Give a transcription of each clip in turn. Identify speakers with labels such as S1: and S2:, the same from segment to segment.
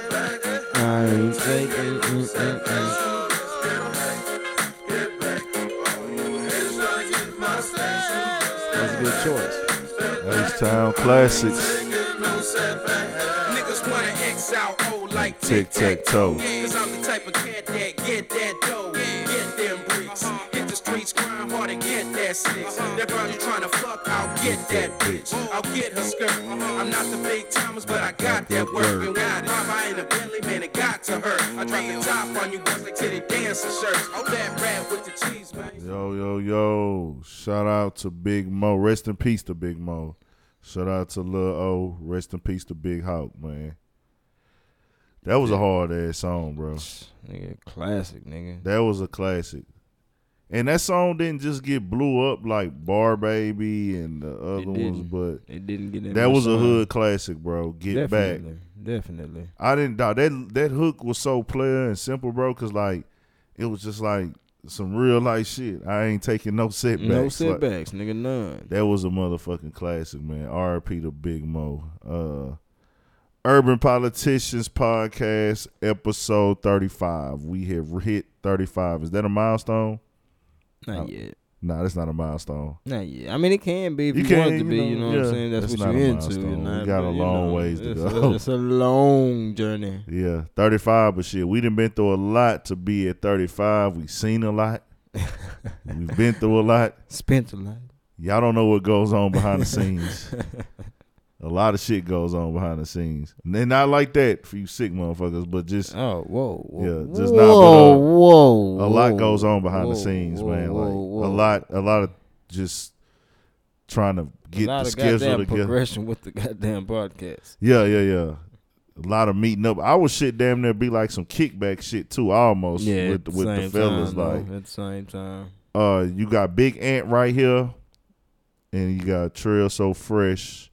S1: I'm taking mm, mm, mm. That's a good choice.
S2: H-Town Classics.
S3: Niggas wanna X out O like
S2: Tic Tac Toe.
S3: Cause I'm the type of cat that get that dough, get them bricks. Hit the streets, grind hard and get that six. That girl you tryna fuck, I'll get that bitch. I'll get her skirt. I'm not the big timers, but I got that work. And when I drive, I ain't a Bentley, man, it got to her. I drop the top on you, boys like titty dancing shirts. Oh, that rap with the cheese, man.
S2: Yo, yo, yo. Shout out to Big Mo. Rest in peace to Big Mo. Shout out to Lil O. Rest in peace to Big Hawk, man. That was a hard ass song, bro.
S1: Nigga, classic, nigga.
S2: That was a classic. And that song didn't just get blew up like Bar Baby and the other ones,
S1: didn't.
S2: but
S1: It didn't get
S2: that was a hood classic, bro. Get back.
S1: Definitely, definitely.
S2: I didn't doubt that that hook was so player and simple, bro. Cause like it was just like some real life shit. I ain't taking no setbacks.
S1: No
S2: Like,
S1: setbacks, nigga. None.
S2: that was a motherfucking classic, man. R.P. to Big Mo. Uh, Urban Politicians Podcast, episode thirty-five. We have hit thirty-five. Is that a milestone?
S1: Not yet.
S2: Nah, that's not a milestone.
S1: Not yet. I mean, it can be if you,
S2: can,
S1: want it to
S2: you
S1: be. You
S2: know,
S1: know, what
S2: yeah.
S1: I'm saying? That's,
S2: That's
S1: what
S2: not
S1: you're
S2: a
S1: into.
S2: milestone.
S1: You're
S2: We
S1: not,
S2: got a
S1: but, you
S2: long
S1: know,
S2: ways to
S1: it's
S2: go.
S1: A, it's a long journey.
S2: Yeah, 35, but shit, we done been through a lot to be at 35. we seen a lot. We've been through a lot.
S1: Spent a lot.
S2: Y'all don't know what goes on behind the scenes. a lot of shit goes on behind the scenes. And they're not like that for you sick motherfuckers, but just
S1: Oh, whoa, whoa.
S2: Yeah, just
S1: whoa,
S2: not, but, uh,
S1: whoa.
S2: a lot
S1: whoa,
S2: goes on behind
S1: whoa,
S2: the scenes,
S1: whoa,
S2: man.
S1: whoa,
S2: like
S1: whoa.
S2: a lot a lot of just trying to
S1: A
S2: get
S1: lot
S2: the
S1: of
S2: schedule
S1: goddamn
S2: together.
S1: progression with the goddamn podcast.
S2: Yeah, yeah, yeah. A lot of meeting up. I would shit damn near be like some kickback shit too, almost
S1: Yeah,
S2: with
S1: at
S2: with the
S1: same
S2: fellas.
S1: time,
S2: like
S1: though, at the same time.
S2: uh you got Big Ant right here, and you got Trail So Fresh,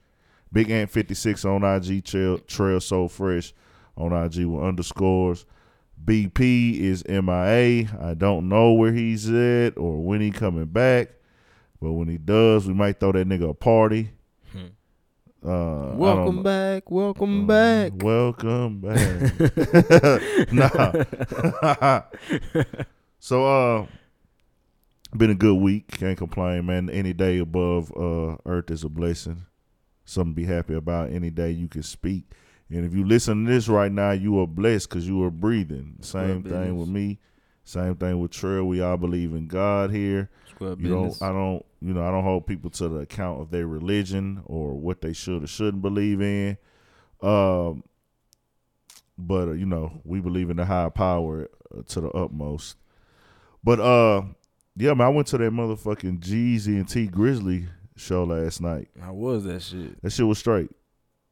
S2: Big Ant fifty six on IG, Trail Trail So Fresh on IG with underscores. BP is MIA. I don't know where he's at or when he coming back, but when he does, we might throw that nigga a party. Uh, I don't
S1: welcome
S2: know. Uh,
S1: back, welcome back.
S2: Welcome back. nah. so uh been a good week. Can't complain, man. Any day above uh earth is a blessing. Something to be happy about. Any day you can speak. And if you listen to this right now, you are blessed because you are breathing. Same thing
S1: business.
S2: with me. Same thing with Trill. We all believe in God here
S1: Square
S2: you don't
S1: business.
S2: i don't you know i don't hold people to the account of their religion or what they should or shouldn't believe in um but uh, you know we believe in the higher power uh, to the utmost but uh yeah man i went to that motherfucking jeezy and t grizzly show last night
S1: How was that shit?
S2: that shit was straight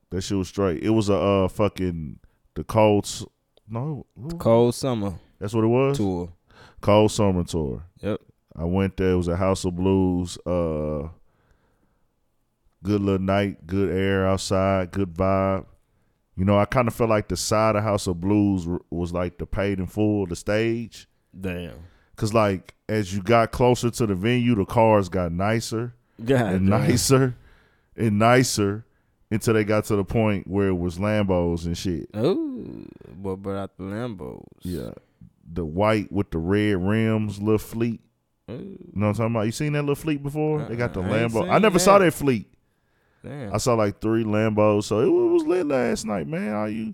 S2: that shit was straight it was a uh fucking the colts no
S1: Cold summer
S2: that's what it was
S1: tour.
S2: Cold Summer Tour.
S1: Yep.
S2: I went there. It was a House of Blues. Uh, good little night. Good air outside. Good vibe. You know, I kind of felt like the side of House of Blues r- was like the paid in full, the stage.
S1: Damn.
S2: Cause like as you got closer to the venue, the cars got nicer
S1: God,
S2: and nicer and nicer until they got to the point where it was Lambos and shit.
S1: Oh, but but at the Lambos.
S2: Yeah, the white with the red rims, little fleet.
S1: Ooh,
S2: You know what I'm talking about? You seen that little fleet before? they got the
S1: Uh-uh, I ain't
S2: Lambo.
S1: seen
S2: I never saw
S1: that.
S2: that fleet.
S1: damn.
S2: I saw like three Lambos. So it, wa- was lit last night, man. All you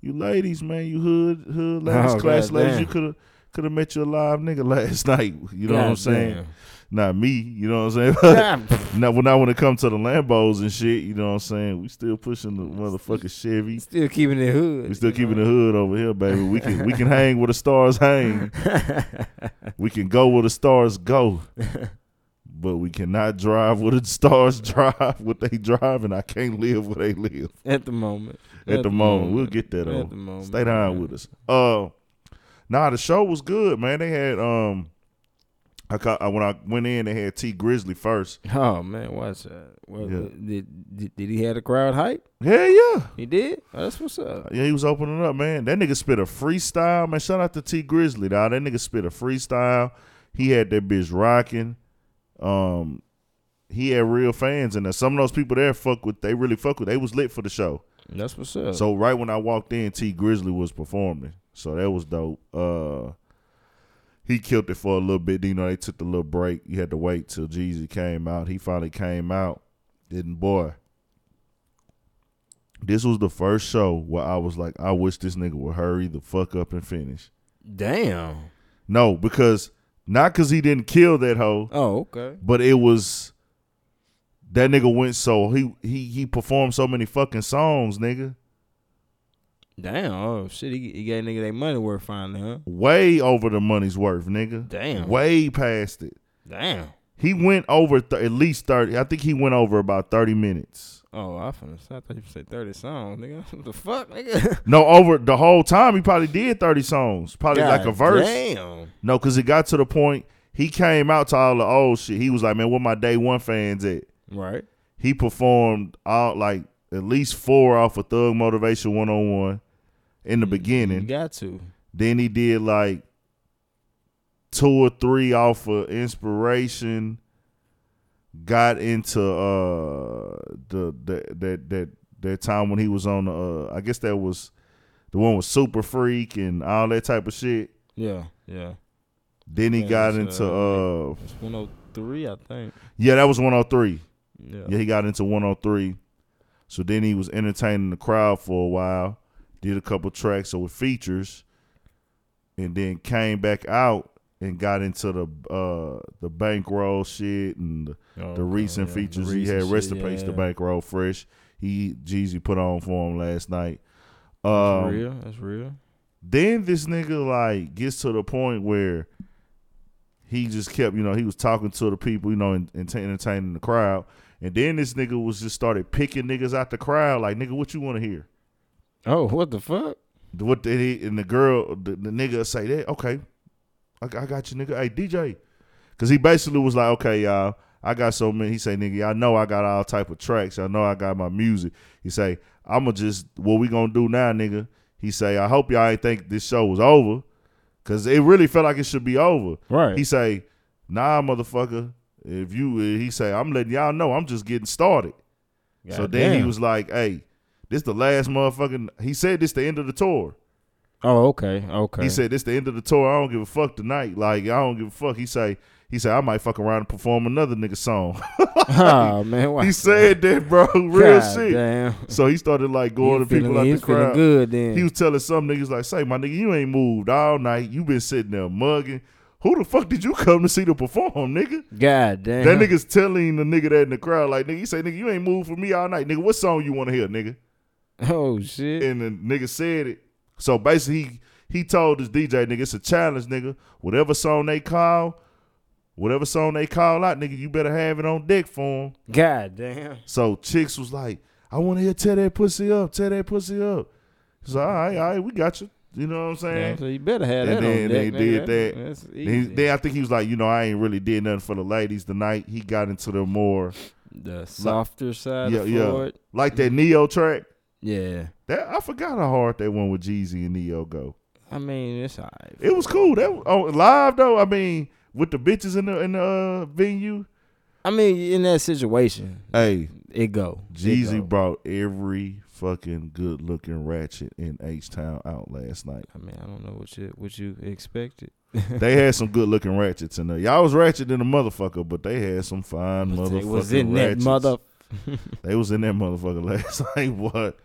S2: you ladies, man, you hood hood last
S1: Oh,
S2: class
S1: goddamn.
S2: ladies, you could have could have met you a live nigga last night. You know what I'm saying? Not me. You know what I'm saying?
S1: God damn.
S2: now when I when it comes to the Lambos and shit, you know what I'm saying? We still pushing the motherfucking Chevy.
S1: still keeping it hood.
S2: We still keeping the hood over here, baby. We can we can hang where the stars hang. we can go where the stars go. But we cannot drive where the stars drive what they drive, and I can't live where they live
S1: at the moment.
S2: at, the, moment. We'll get
S1: At
S2: that
S1: the
S2: on.
S1: moment.
S2: Stay down with us. Uh, nah, the show was good, man. They had um, I, caught, I when I went in, they had T Grizzly first.
S1: Oh man, watch that. Well,
S2: Yeah.
S1: did, did did he have the crowd hype?
S2: Hell yeah.
S1: He did. That's what's up.
S2: Yeah, he was opening up, man. That nigga spit a freestyle, man. Shout out to T Grizzly, dog. That nigga spit a freestyle. He had that bitch rocking. Um, he had real fans, and some of those people there fuck with. They really fuck with. They was lit for the show.
S1: That's what's up.
S2: So right when I walked in, T Grizzly was performing. So that was dope. Uh he killed it for a little bit. You know, they took the little break. You had to wait till Jeezy came out. He finally came out. Didn't boy. This was the first show where I was like, I wish this nigga would hurry the fuck up and finish.
S1: Damn.
S2: No, because not because he didn't kill that hoe,
S1: Oh, okay.
S2: but it was that nigga went so he he he performed so many fucking songs, nigga.
S1: Damn. Oh shit. He, he gave nigga they money worth finally, huh?
S2: way over the money's worth, nigga.
S1: Damn.
S2: Way past it.
S1: Damn.
S2: He went over th- at least 30. I think he went over about 30 minutes.
S1: Oh, I finna. I thought you said thirty songs, nigga. What the fuck, nigga?
S2: No, over the whole time, he probably did 30 songs. Probably like a
S1: God
S2: verse.
S1: Damn.
S2: No, because it got to the point, he came out to all the old shit. He was like, man, where my day one fans at?
S1: Right.
S2: He performed all like at least four off of Thug Motivation 101 in
S1: Mm,
S2: the
S1: You
S2: beginning.
S1: got to.
S2: Then he did like two or three off of inspiration. Got into uh the the that that that time when he was on uh I guess that was the one with Super Freak and all that type of shit.
S1: Yeah. Yeah.
S2: Then he
S1: Yeah,
S2: got
S1: that's,
S2: into uh,
S1: It's one hundred three, I think.
S2: yeah that was 103.
S1: Yeah.
S2: Yeah, he got into 103. So then he was entertaining the crowd for a while, did a couple tracks so with features, and then came back out and got into the uh the bankroll shit and the,
S1: Oh, okay,
S2: the recent
S1: yeah, the
S2: features he
S1: recent
S2: had. Rest
S1: shit,
S2: in peace, the
S1: yeah.
S2: bankroll fresh. He Jeezy put on for him last night.
S1: That's
S2: Um,
S1: real. That's real.
S2: then this nigga like gets to the point where he just kept, you know, he was talking to the people, you know, and, and t- entertaining the crowd. And then this nigga was just started picking niggas out the crowd, like nigga, what you want to hear?
S1: Oh, what the fuck?
S2: The- What did he and the girl, the, the nigga say that? Okay, I, I got you, nigga. Hey DJ, because he basically was like, okay, y'all, I got so many. He say, nigga, y'all know I got all type of tracks. Y'all know I got my music. He say, I'ma just what we gonna do now, nigga. He say, I hope y'all ain't think this show was over, cause it really felt like it should be over.
S1: Right.
S2: He say, nah, motherfucker. If you, he say, I'm letting y'all know, I'm just getting started. so
S1: God
S2: then he
S1: damn.
S2: was like, hey, this the last motherfucking. He said this the end of the tour.
S1: Oh, okay. Okay.
S2: He said this the end of the tour. I don't give a fuck tonight. Like I don't give a fuck. He say he said I might fuck around and perform another nigga song.
S1: Oh man. Why?
S2: he said that, bro. Real
S1: God
S2: shit.
S1: Damn.
S2: So he started like going
S1: He
S2: to people
S1: feeling-
S2: out
S1: he
S2: the
S1: was feeling
S2: crowd.
S1: good then.
S2: He was telling some niggas like, "Say my nigga, you ain't moved all night. You been sitting there mugging. Who the fuck did you come to see to perform, nigga?"
S1: God damn.
S2: That nigga's telling the nigga that in the crowd, like, nigga, he say, nigga, you ain't moved for me all night. Nigga, what song you want to hear, nigga?
S1: Oh shit.
S2: And the nigga said it. So basically, he, he told his DJ, nigga, it's a challenge, nigga. Whatever song they call, whatever song they call out, nigga, you better have it on deck for him.
S1: God damn.
S2: So chicks was like, I want to hear tear that pussy up, tear that pussy up. He's like, all right, all right, we got you. You know what I'm saying?
S1: Damn, so you better have that
S2: And then
S1: on
S2: they
S1: deck,
S2: did
S1: nigga.
S2: that.
S1: That's
S2: Then
S1: easy.
S2: he- then I think he was like, you know, I ain't really did nothing for the ladies tonight. He got into the more
S1: the softer side
S2: yeah,
S1: of
S2: yeah.
S1: Floyd.
S2: like that Neo track.
S1: Yeah.
S2: That I forgot how hard that one with Jeezy and Neo go.
S1: I mean, it's alright.
S2: It was cool. That was, oh, live though. I mean, with the bitches in the in the uh, venue.
S1: I mean, in that situation,
S2: Hey,
S1: it go. It
S2: Jeezy
S1: go.
S2: brought every fucking good looking ratchet in H Town out last night.
S1: I mean, I don't know what you what you expected.
S2: they had some good looking ratchets in there. Y'all was ratchet than a motherfucker, but they had some fine
S1: But
S2: motherfucking
S1: they was in that
S2: ratchets.
S1: mother.
S2: They was in that motherfucker last night. What?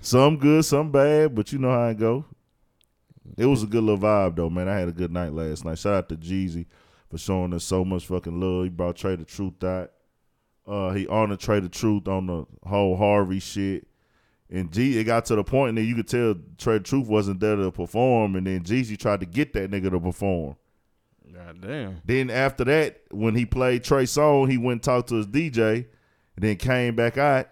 S2: Some good, some bad, but you know how it go. It was a good little vibe though, man. I had a good night last night. Shout out to Jeezy for showing us so much fucking love. He brought Trey the Truth out. Uh, he honored Trey the Truth on the whole Harvey shit. And G, it got to the point that you could tell Trey the Truth wasn't there to perform, and then Jeezy tried to get that nigga to perform.
S1: God damn.
S2: Then after that, when he played Trey Song, he went and talked to his DJ, and then came back out.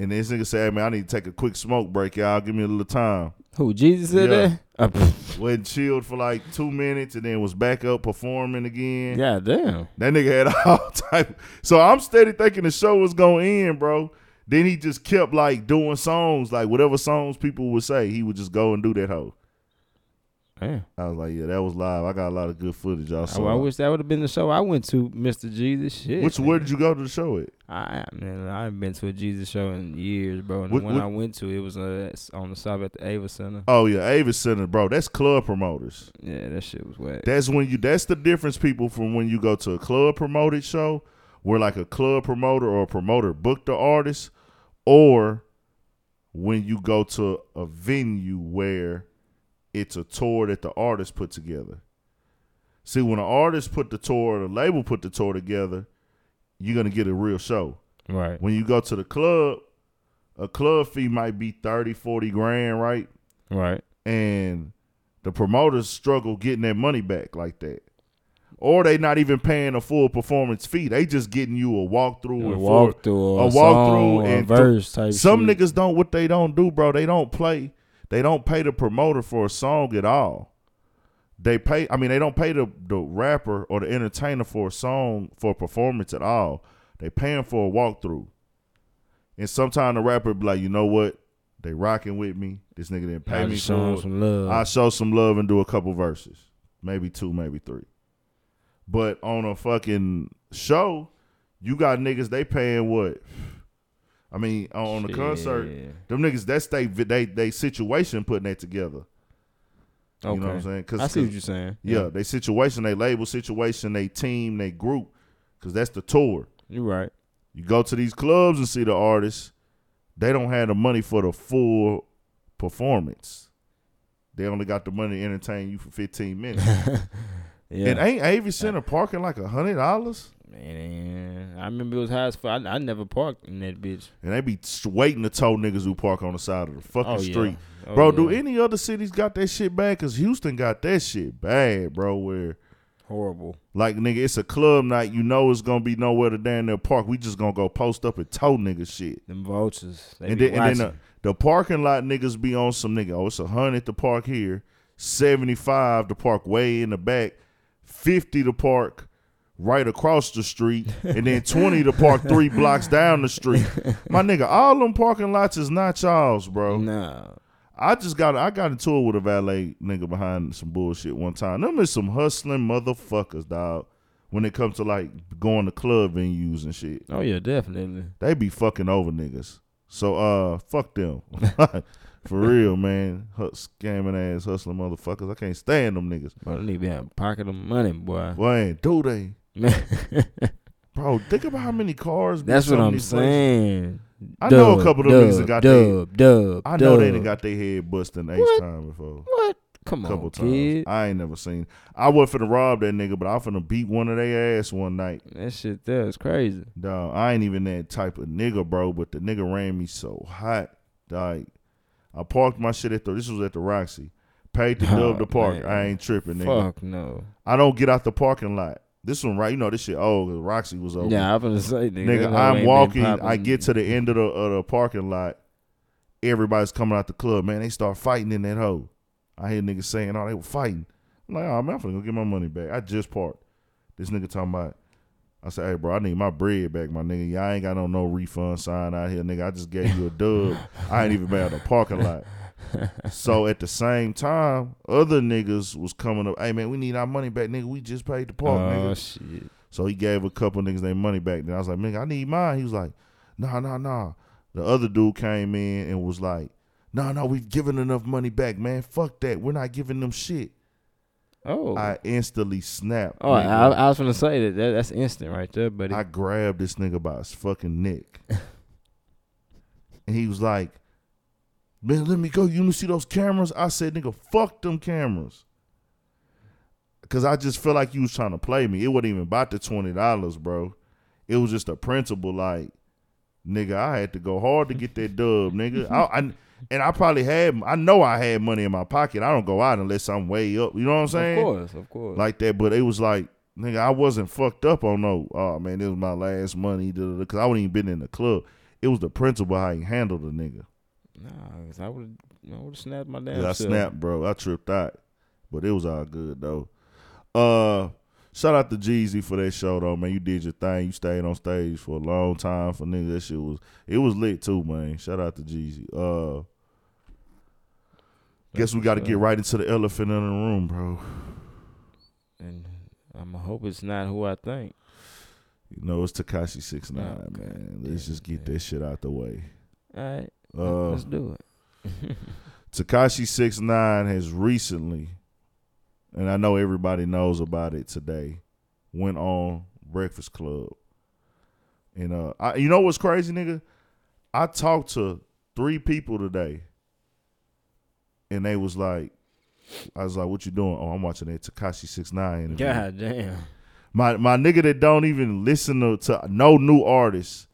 S2: And this nigga said, "Hey, man, I need to take a quick smoke break, y'all. Give me a little time."
S1: Who Jesus said
S2: Yeah.
S1: that? Uh, pff,
S2: Went chilled for like two minutes and then was back up performing again.
S1: God damn.
S2: That nigga had all type. So I'm steady thinking the show was gonna end, bro. Then he just kept like doing songs, like whatever songs people would say, he would just go and do that hoe.
S1: Damn.
S2: I was like, yeah, that was live. I got a lot of good footage. Y'all
S1: I, I
S2: saw.
S1: wish that would have been the show I went to, Mr. Jesus. Shit.
S2: Which where did you go to the show at?
S1: I man, I haven't been to a Jesus show in years, bro. And
S2: What-
S1: the one
S2: what-
S1: I went to, it was uh, s- on the stop at the Ava Center.
S2: Oh yeah, Avis Center, bro. That's club promoters.
S1: Yeah, that shit was whack.
S2: That's when you. That's the difference, people, from when you go to a club promoted show, where like a club promoter or a promoter booked the artist, or when you go to a venue where it's a tour that the artist put together. See, when an artist put the tour, the label put the tour together, you're gonna get a real show.
S1: right.
S2: When you go to the club, a club fee might be 30, 40 grand, right?
S1: Right.
S2: and the promoters struggle getting their money back like that. Or they not even paying a full performance fee. They just getting you a walkthrough
S1: A
S2: and full-
S1: walkthrough, or
S2: a
S1: a,
S2: walkthrough
S1: song, or
S2: and th-
S1: verse type.
S2: Some
S1: shit.
S2: niggas don't what they don't do, bro. They don't play. They don't pay the promoter for a song at all. They pay. I mean, they don't pay the the rapper or the entertainer for a song for a performance at all. They paying for a walkthrough. And sometimes the rapper be like, you know what? They rocking with me. This nigga didn't pay
S1: I
S2: me
S1: just show
S2: for it.
S1: 'em some love.
S2: I show some love and do a couple verses, maybe two, maybe three. But on a fucking show, you got niggas they paying what? I mean, on, on the concert,
S1: Shit.
S2: them niggas that's they they they situation putting that together.
S1: Okay.
S2: You know what I'm saying? Cause,
S1: I see what
S2: 'cause-
S1: you're saying.
S2: yeah, they situation, they label situation, they team, they group, because that's the tour.
S1: You're right.
S2: You go to these clubs and see the artists, they don't have the money for the full performance. They only got the money to entertain you for 15 minutes.
S1: Yeah.
S2: And ain't Avery Center parking like a hundred dollars?
S1: Man, I remember it was high as fuck. I, I never parked in that bitch.
S2: And they be s- waiting to tow niggas who park on the side of the fucking
S1: Oh, yeah.
S2: street.
S1: Oh,
S2: bro,
S1: yeah.
S2: do any other cities got that shit bad? Cause Houston got that shit bad, bro, where
S1: horrible.
S2: like nigga, it's a club night. You know it's gonna be nowhere to damn near park. We just gonna go post up and tow niggas shit.
S1: Them vultures. They
S2: and
S1: be
S2: then, and then uh,
S1: watching.
S2: the, the parking lot niggas be on some nigga. Oh, it's a hundred to park here, seventy five to park way in the back, fifty to park right across the street, and then twenty to park three blocks down the street. My nigga, all them parking lots is not y'all's, bro.
S1: Mm-hmm. Nah.
S2: I just got I got into it with a valet nigga behind some bullshit one time. Them is some hustling motherfuckers, dog. When it comes to like going to club venues and shit
S1: Oh yeah, definitely.
S2: they be fucking over niggas. So uh, fuck them, for real, man. Hu- Scamming ass hustling motherfuckers. I can't stand them niggas.
S1: But they need to be having pocket of money, boy.
S2: Why do they,
S1: That's
S2: bro? Think about how many cars. be
S1: what
S2: some of
S1: I'm
S2: these places-
S1: saying.
S2: I know a couple of them niggas that got their-
S1: dub, dub.
S2: I know they
S1: dub.
S2: done got their head bust in H
S1: What?
S2: time before.
S1: what? Come
S2: couple
S1: on,
S2: times.
S1: kid.
S2: I ain't never seen. I wasn't finna rob that nigga, but I finna beat one of their ass one night.
S1: That shit there is crazy.
S2: Dog, I ain't even that type of nigga, bro. But the nigga ran me so hot. Like, I parked my shit at the. This was at the Roxy. Paid the
S1: Oh,
S2: dub to park.
S1: man.
S2: I ain't tripping, nigga.
S1: Fuck no.
S2: I don't get out the parking lot. This one, right? You know, this shit. Oh, Roxy was over.
S1: Yeah, I'm gonna say, nigga. that
S2: nigga,
S1: hoe ain't
S2: I'm
S1: been
S2: walking. I
S1: popping.
S2: get to the end of the, of the parking lot. Everybody's coming out the club, man. They start fighting in that hole. I hear niggas saying, "Oh, they were fighting." I'm like, "Oh, man, I'm finna go get my money back." I just parked. This nigga talking about. I said, "Hey, bro, I need my bread back, my nigga. Y'all ain't got no no refund sign out here, nigga. I just gave you a dub. I ain't even been out the parking lot." So at the same time, other niggas was coming up. Hey man, we need our money back, nigga. We just paid the
S1: Oh
S2: park, nigga.
S1: shit.
S2: So he gave a couple niggas their money back. Then I was like, nigga, I need mine. He was like, nah, nah, nah. The other dude came in and was like, nah, nah, we've given enough money back, man. Fuck that. We're not giving them shit.
S1: Oh.
S2: I instantly snapped.
S1: oh, I, I,
S2: nigga.
S1: was gonna say that, that. That's instant right there, buddy.
S2: I grabbed this nigga by his fucking neck. and he was like, Man, let me go. You wanna see those cameras? I said, nigga, fuck them cameras. Cause I just felt like you was trying to play me. It wasn't even about the twenty dollars, bro. It was just a principle, like, nigga, I had to go hard to get that dub, nigga. I, I and I probably had I know I had money in my pocket. I don't go out unless I'm way up. You know what I'm saying?
S1: Of course, of course.
S2: like that. But it was like, nigga, I wasn't fucked up on no. Oh man, it was my last money because I wouldn't even been in the club. It was the principle how he handled the nigga.
S1: Nah, 'cause I would I would have snapped my damn
S2: Yeah, I
S1: self.
S2: snapped, bro. I tripped out. But it was all good though. Uh shout out to Jeezy for that show though, man. You did your thing. You stayed on stage for a long time for niggas. That shit was it was lit too, man. Shout out to Jeezy. Uh Guess we got to
S1: what's
S2: get
S1: up.
S2: right into the elephant in the room, bro.
S1: And I'm hope it's not who I think.
S2: You know it's Takashi Six Nine,
S1: Oh, God
S2: man. Let's
S1: damn,
S2: just get
S1: man.
S2: that shit out the way.
S1: All right,
S2: Uh,
S1: let's do it.
S2: Takashi Six Nine has recently, and I know everybody knows about it today, went on Breakfast Club. And uh I, you know what's crazy, nigga? I talked to three people today, and they was like, I was like, what you doing? Oh, I'm watching that Takashi Six Nine interview.
S1: God damn.
S2: My my nigga that don't even listen to, to no new artists.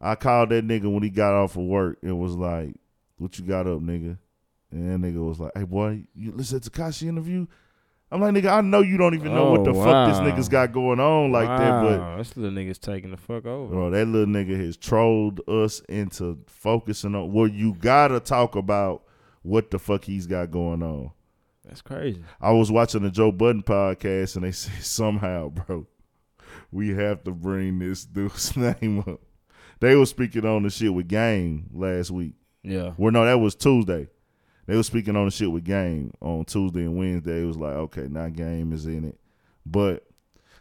S2: I called that nigga when he got off of work and was like, "What you got up, nigga?" And that nigga was like, "Hey, boy, you listen to Takashi interview." I'm like, "Nigga, I know you don't even know what
S1: Oh,
S2: the fuck
S1: wow.
S2: this nigga's got going on like that,
S1: Wow, this little nigga's taking the fuck
S2: but
S1: over.
S2: bro, that little nigga has trolled us into focusing on. Well, you gotta talk about what the fuck he's got going on."
S1: That's crazy.
S2: I was watching the Joe Budden podcast and they said somehow, bro, we have to bring this dude's name up. They were speaking on the shit with Game last week.
S1: Yeah.
S2: Well, no, that was Tuesday. They were speaking on the shit with Game on Tuesday and Wednesday. It was like, okay, now Game is in it. But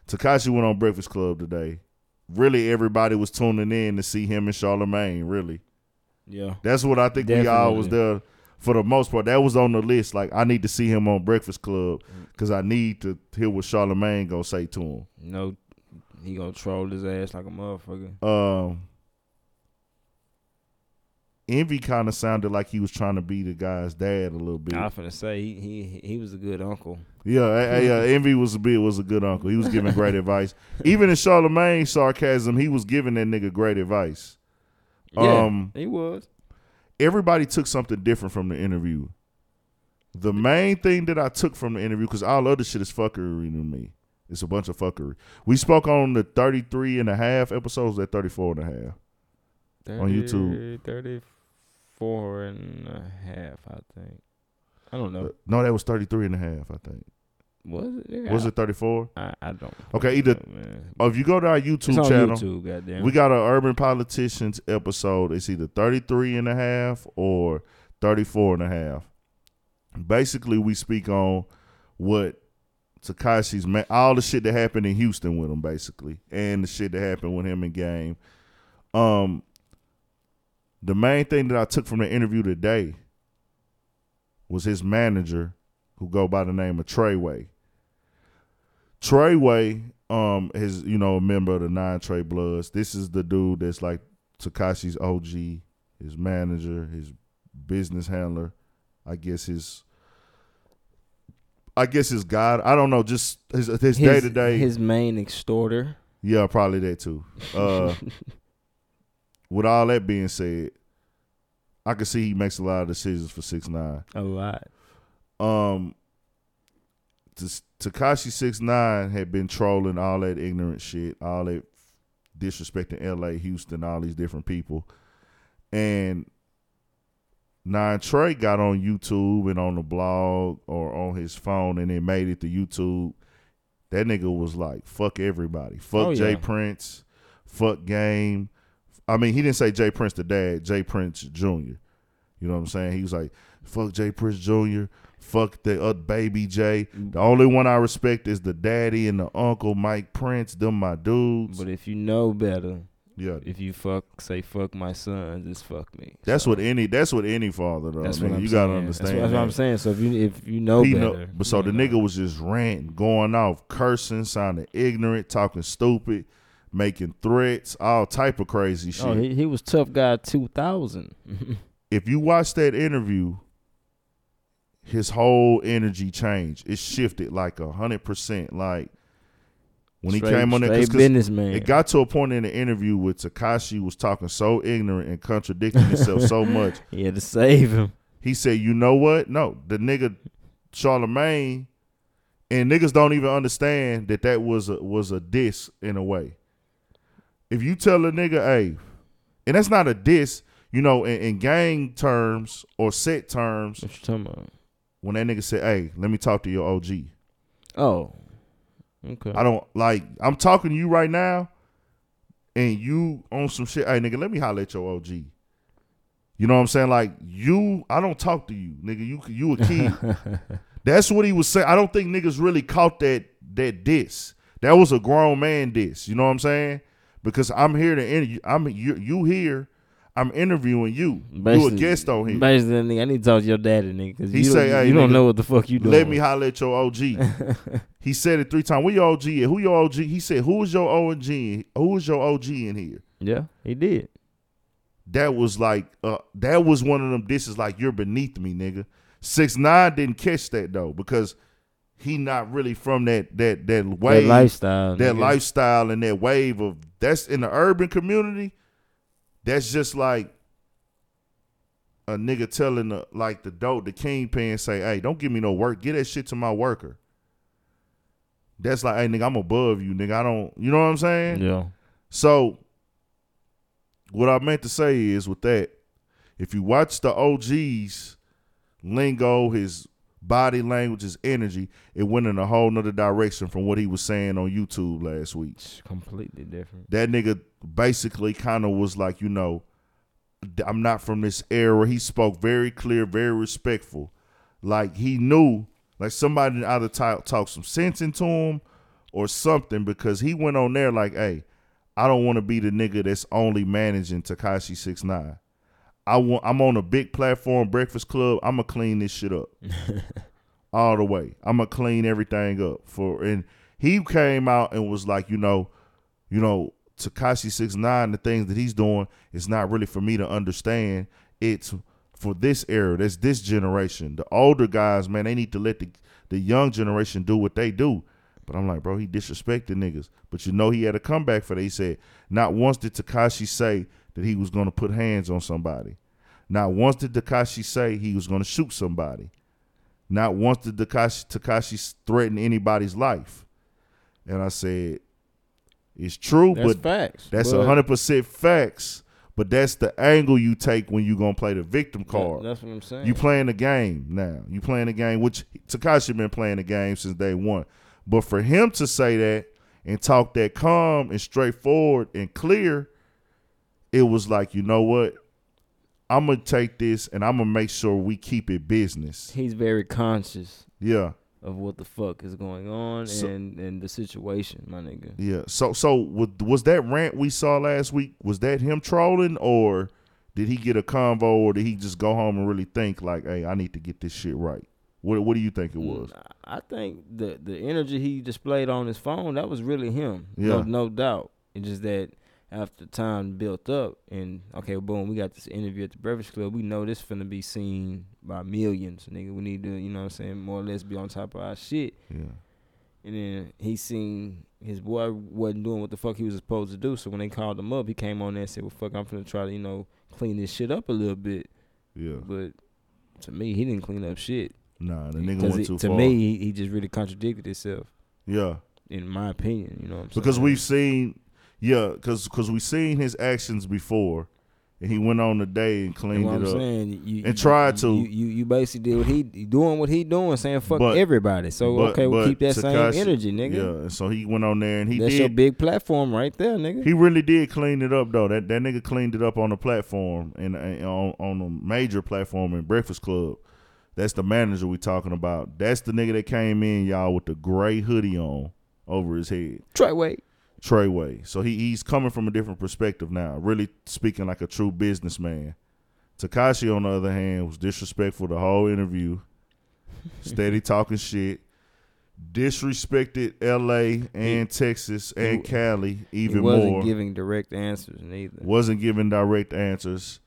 S2: Takashi went on Breakfast Club today. Really, everybody was tuning in to see him and Charlemagne, really.
S1: Yeah.
S2: That's what I think we all was
S1: Definitely.
S2: there for the most part. That was on the list. Like I need to see him on Breakfast Club
S1: Mm.
S2: because I need to hear what Charlemagne gonna say to him.
S1: No, he gonna troll his ass like a motherfucker.
S2: Um, Envy kind of sounded like he was trying to be the guy's dad a little bit.
S1: I finna say he he he was a good uncle.
S2: yeah, I- I- yeah. Envy was a bit was a good uncle. He was giving great advice. Even in Charlemagne's sarcasm, he was giving that nigga great advice.
S1: Yeah,
S2: Um,
S1: he was.
S2: everybody took something different from the interview. The main thing that I took from the interview, because all other shit is fuckery to me. It's a bunch of fuckery. We spoke on the 33 and a half episodes, that 34 and a half. on YouTube.
S1: 34 and a half, I think. I don't know.
S2: No, that was 33 and a half, I think.
S1: Was it? Yeah,
S2: Was
S1: I-
S2: it 34?
S1: I, I don't.
S2: Okay, either-
S1: know, man.
S2: Oh, if you go to our
S1: It's
S2: YouTube
S1: on
S2: channel,
S1: YouTube, goddamn.
S2: we got an Urban Politicians episode. It's either 33 and a half or 34 and a half. Basically, we speak on what Takashi's ma- all the shit that happened in Houston with him, basically, and the shit that happened with him in game. Um, the main thing that I took from the interview today was his manager, who go by the name of Treyway. Treyway, um, is you know a member of the Nine Trey Bloods. This is the dude that's like Takashi's OG, his manager, his business handler. I guess his, I guess his god. I don't know. Just his his day to day.
S1: His main extorter.
S2: Yeah, probably that too. Uh, with all that being said, I can see he makes a lot of decisions for six nine.
S1: A lot.
S2: Um, Takashi six nine had been trolling all that ignorant shit, all that disrespecting L.A., Houston, all these different people, and Nine Trey got on YouTube and on the blog or on his phone, and it made it to YouTube. That nigga was like, "Fuck everybody, fuck
S1: Oh,
S2: Jay
S1: yeah.
S2: Prince, fuck Game." I mean, he didn't say Jay Prince the dad, Jay Prince Jr. You know what I'm saying? He was like, fuck Jay Prince Jr., fuck the uh, baby Jay. The only one I respect is the daddy and the uncle, Mike Prince, them my dudes.
S1: But if you know better,
S2: yeah.
S1: if you fuck, say fuck my son, just fuck me.
S2: That's
S1: So,
S2: what any that's what any father though.
S1: That's
S2: nigga.
S1: what I'm
S2: you
S1: saying.
S2: gotta understand.
S1: That's what, that's what
S2: that.
S1: I'm saying. So if you if you know
S2: He know-
S1: better,
S2: but so
S1: you
S2: the
S1: know.
S2: nigga was just ranting, going off, cursing, sounding ignorant, talking stupid, making threats, all type of crazy shit.
S1: Oh, he, he was tough guy two thousand.
S2: if you watch that interview, his whole energy changed. It shifted like a hundred percent. Like when he came on that, cause, 'cause
S1: businessman.
S2: it got to a point in the interview where Takashi was talking so ignorant and contradicting himself so much.
S1: yeah to save him.
S2: He said, "You know what? No, the nigga Charlemagne and niggas don't even understand that that was a, was a diss in a way. If you tell a nigga, hey, and that's not a diss. you know, in, in gang terms or set terms,
S1: What you talking about?
S2: when that nigga say, "Hey, let me talk to your OG,"
S1: Oh. Okay.
S2: I don't like. I'm talking to you right now, and you on some shit. Hey, nigga, let me holler at your OG. You know what I'm saying? Like you, I don't talk to you, nigga. You you a kid. That's what he was saying. I don't think niggas really caught that that diss. That was a grown man diss. You know what I'm saying? Because I'm here to interview. I'm you you here. I'm interviewing you. you a
S1: Basically-
S2: guest on here.
S1: Basically, nigga, I need to talk to your daddy, nigga, because
S2: He
S1: you,
S2: say,
S1: don't,
S2: "Hey,
S1: you don't
S2: nigga,
S1: know what the fuck you doing.
S2: Let me holler at your OG. he said it three times. Where your OG at? Who your OG? He said, Who is your OG? in- Who is your OG in here?
S1: Yeah, he did.
S2: That was like uh that was one of them dishes like you're beneath me, nigga. Six nine didn't catch that though, because he not really from that that that wave
S1: that lifestyle.
S2: that
S1: nigga.
S2: lifestyle and that wave of that's in the urban community. That's just like a nigga telling the, like the dope, the kingpin say, "Hey, don't give me no work. Get that shit to my worker." That's like, "Hey, nigga, I'm above you, nigga. I don't, you know what I'm saying?"
S1: Yeah.
S2: So, what I meant to say is with that, if you watch the OG's lingo, his body language, his energy, it went in a whole nother direction from what he was saying on YouTube last week.
S1: It's completely different.
S2: That nigga basically kind of was like, you know, I'm not from this era. He spoke very clear, very respectful. Like he knew, like somebody either talk, talked some sense into him or something because he went on there like, hey, I don't want to be the nigga that's only managing Takashi Six Nine. I want. I'm on a big platform, Breakfast Club. I'm gonna clean this shit up all the way. I'm gonna clean everything up for. And he came out and was like, you know, you know, Takashi Six Nine, the things that he's doing is not really for me to understand. It's for this era. That's this generation. The older guys, man, they need to let the the young generation do what they do. But I'm like, bro, he disrespected niggas. But you know, he had a comeback for that. He said, not once did Takashi say that he was gonna put hands on somebody. Not once did Takashi say he was gonna shoot somebody. Not once did Takashi Takashi threaten anybody's life. And I said, it's true,
S1: That's
S2: but
S1: facts.
S2: that's
S1: but-
S2: hundred percent facts. But that's the angle you take when you gonna play the victim card.
S1: That's what I'm saying.
S2: You playing the game now. You playing the game, which Takashi been playing the game since day one. But for him to say that and talk that calm and straightforward and clear, it was like, you know what? I'm gonna take this and I'm gonna make sure we keep it business.
S1: He's very conscious
S2: Yeah.
S1: of what the fuck is going on
S2: So-
S1: and and the situation, my nigga.
S2: Yeah. So so was, was that rant we saw last week? Was that him trolling or did he get a convo or did he just go home and really think like, hey, I need to get this shit right? What What do you think it
S1: Mm.
S2: was?
S1: I think the the energy he displayed on his phone that was really him. No,
S2: Yeah.
S1: no doubt. It's just that after time built up and okay, boom, we got this interview at the Breakfast Club. We know this finna be seen by millions, nigga. We need to, you know, what I'm saying, more or less be on top of our shit.
S2: Yeah.
S1: And then he seen his boy wasn't doing what the fuck he was supposed to do. So when they called him up, he came on there and said, "Well, fuck, I'm finna try to, you know, clean this shit up a little bit."
S2: Yeah.
S1: But to me, he didn't clean up shit.
S2: Nah, the nigga
S1: 'Cause
S2: went
S1: it-
S2: too
S1: to
S2: far.
S1: me, he, he just really contradicted himself,
S2: yeah.
S1: in my opinion. You know what I'm
S2: Because
S1: saying?
S2: we've seen, yeah, because cause we've seen his actions before, and he went on today and
S1: You know
S2: cleaned
S1: what
S2: it
S1: I'm
S2: up.
S1: saying? You,
S2: And tried to.
S1: You, you you basically did what he you doing what he doing, saying fuck
S2: But-
S1: everybody. So
S2: But-
S1: okay, we'll
S2: but
S1: keep that
S2: Tekashi-
S1: same energy, nigga.
S2: Yeah, and so he went on there and he
S1: That's
S2: did.
S1: your big platform right there, nigga.
S2: He really did clean it up though. That that nigga cleaned it up on the platform and, and on on a major platform in Breakfast Club. That's the manager we talking about. That's the nigga that came in y'all with the gray hoodie on over his head.
S1: Try wait.
S2: Treyway. So he he's coming from a different perspective now. Really speaking like a true businessman. Takashi on the other hand was disrespectful the whole interview. Steady talking shit. Disrespected LA and Texas and
S1: he-
S2: Cali even
S1: he wasn't
S2: more
S1: giving direct answers neither.
S2: wasn't giving direct answers.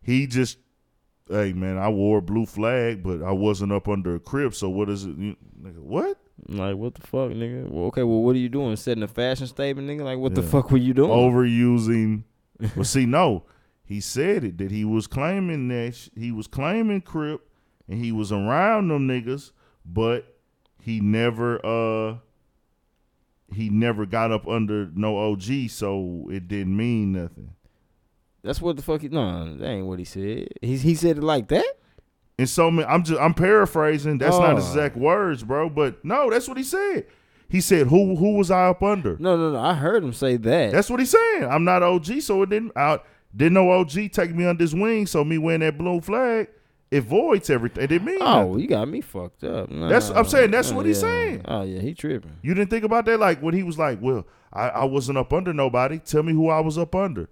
S2: He just, hey man, I wore a blue flag, but I wasn't up under a crib. So what is it? You, nigga, what?
S1: I'm Like what the fuck, nigga? Well, okay, well, what are you doing? Setting a fashion statement, nigga. Like what the
S2: Yeah. Oh.
S1: fuck were you doing?
S2: Overusing. Well, see, no, he said it that he was claiming that sh- he was claiming crib, and he was around them niggas, but he never uh. He never got up under no OG, so it didn't mean nothing.
S1: That's what the fuck he no, that ain't what he said. He he said it like that?
S2: And so many, I'm just I'm paraphrasing. That's not
S1: Oh.
S2: his exact words, bro. But no, that's what he said. He said, "Who who was I up under?"
S1: No, no, no. I heard him say that.
S2: That's what he's saying. I'm not OG, so it didn't out. Didn't no OG take me under his wing, so me wearing that blue flag, it voids everything. It didn't mean.
S1: oh,
S2: nothing.
S1: you got me fucked up. Nah,
S2: That's- I'm saying that's
S1: oh,
S2: what he's
S1: yeah.
S2: saying.
S1: Oh yeah, he tripping.
S2: You didn't think about that, like when he was like, "Well, I, I wasn't up under nobody. Tell me who I was up under,"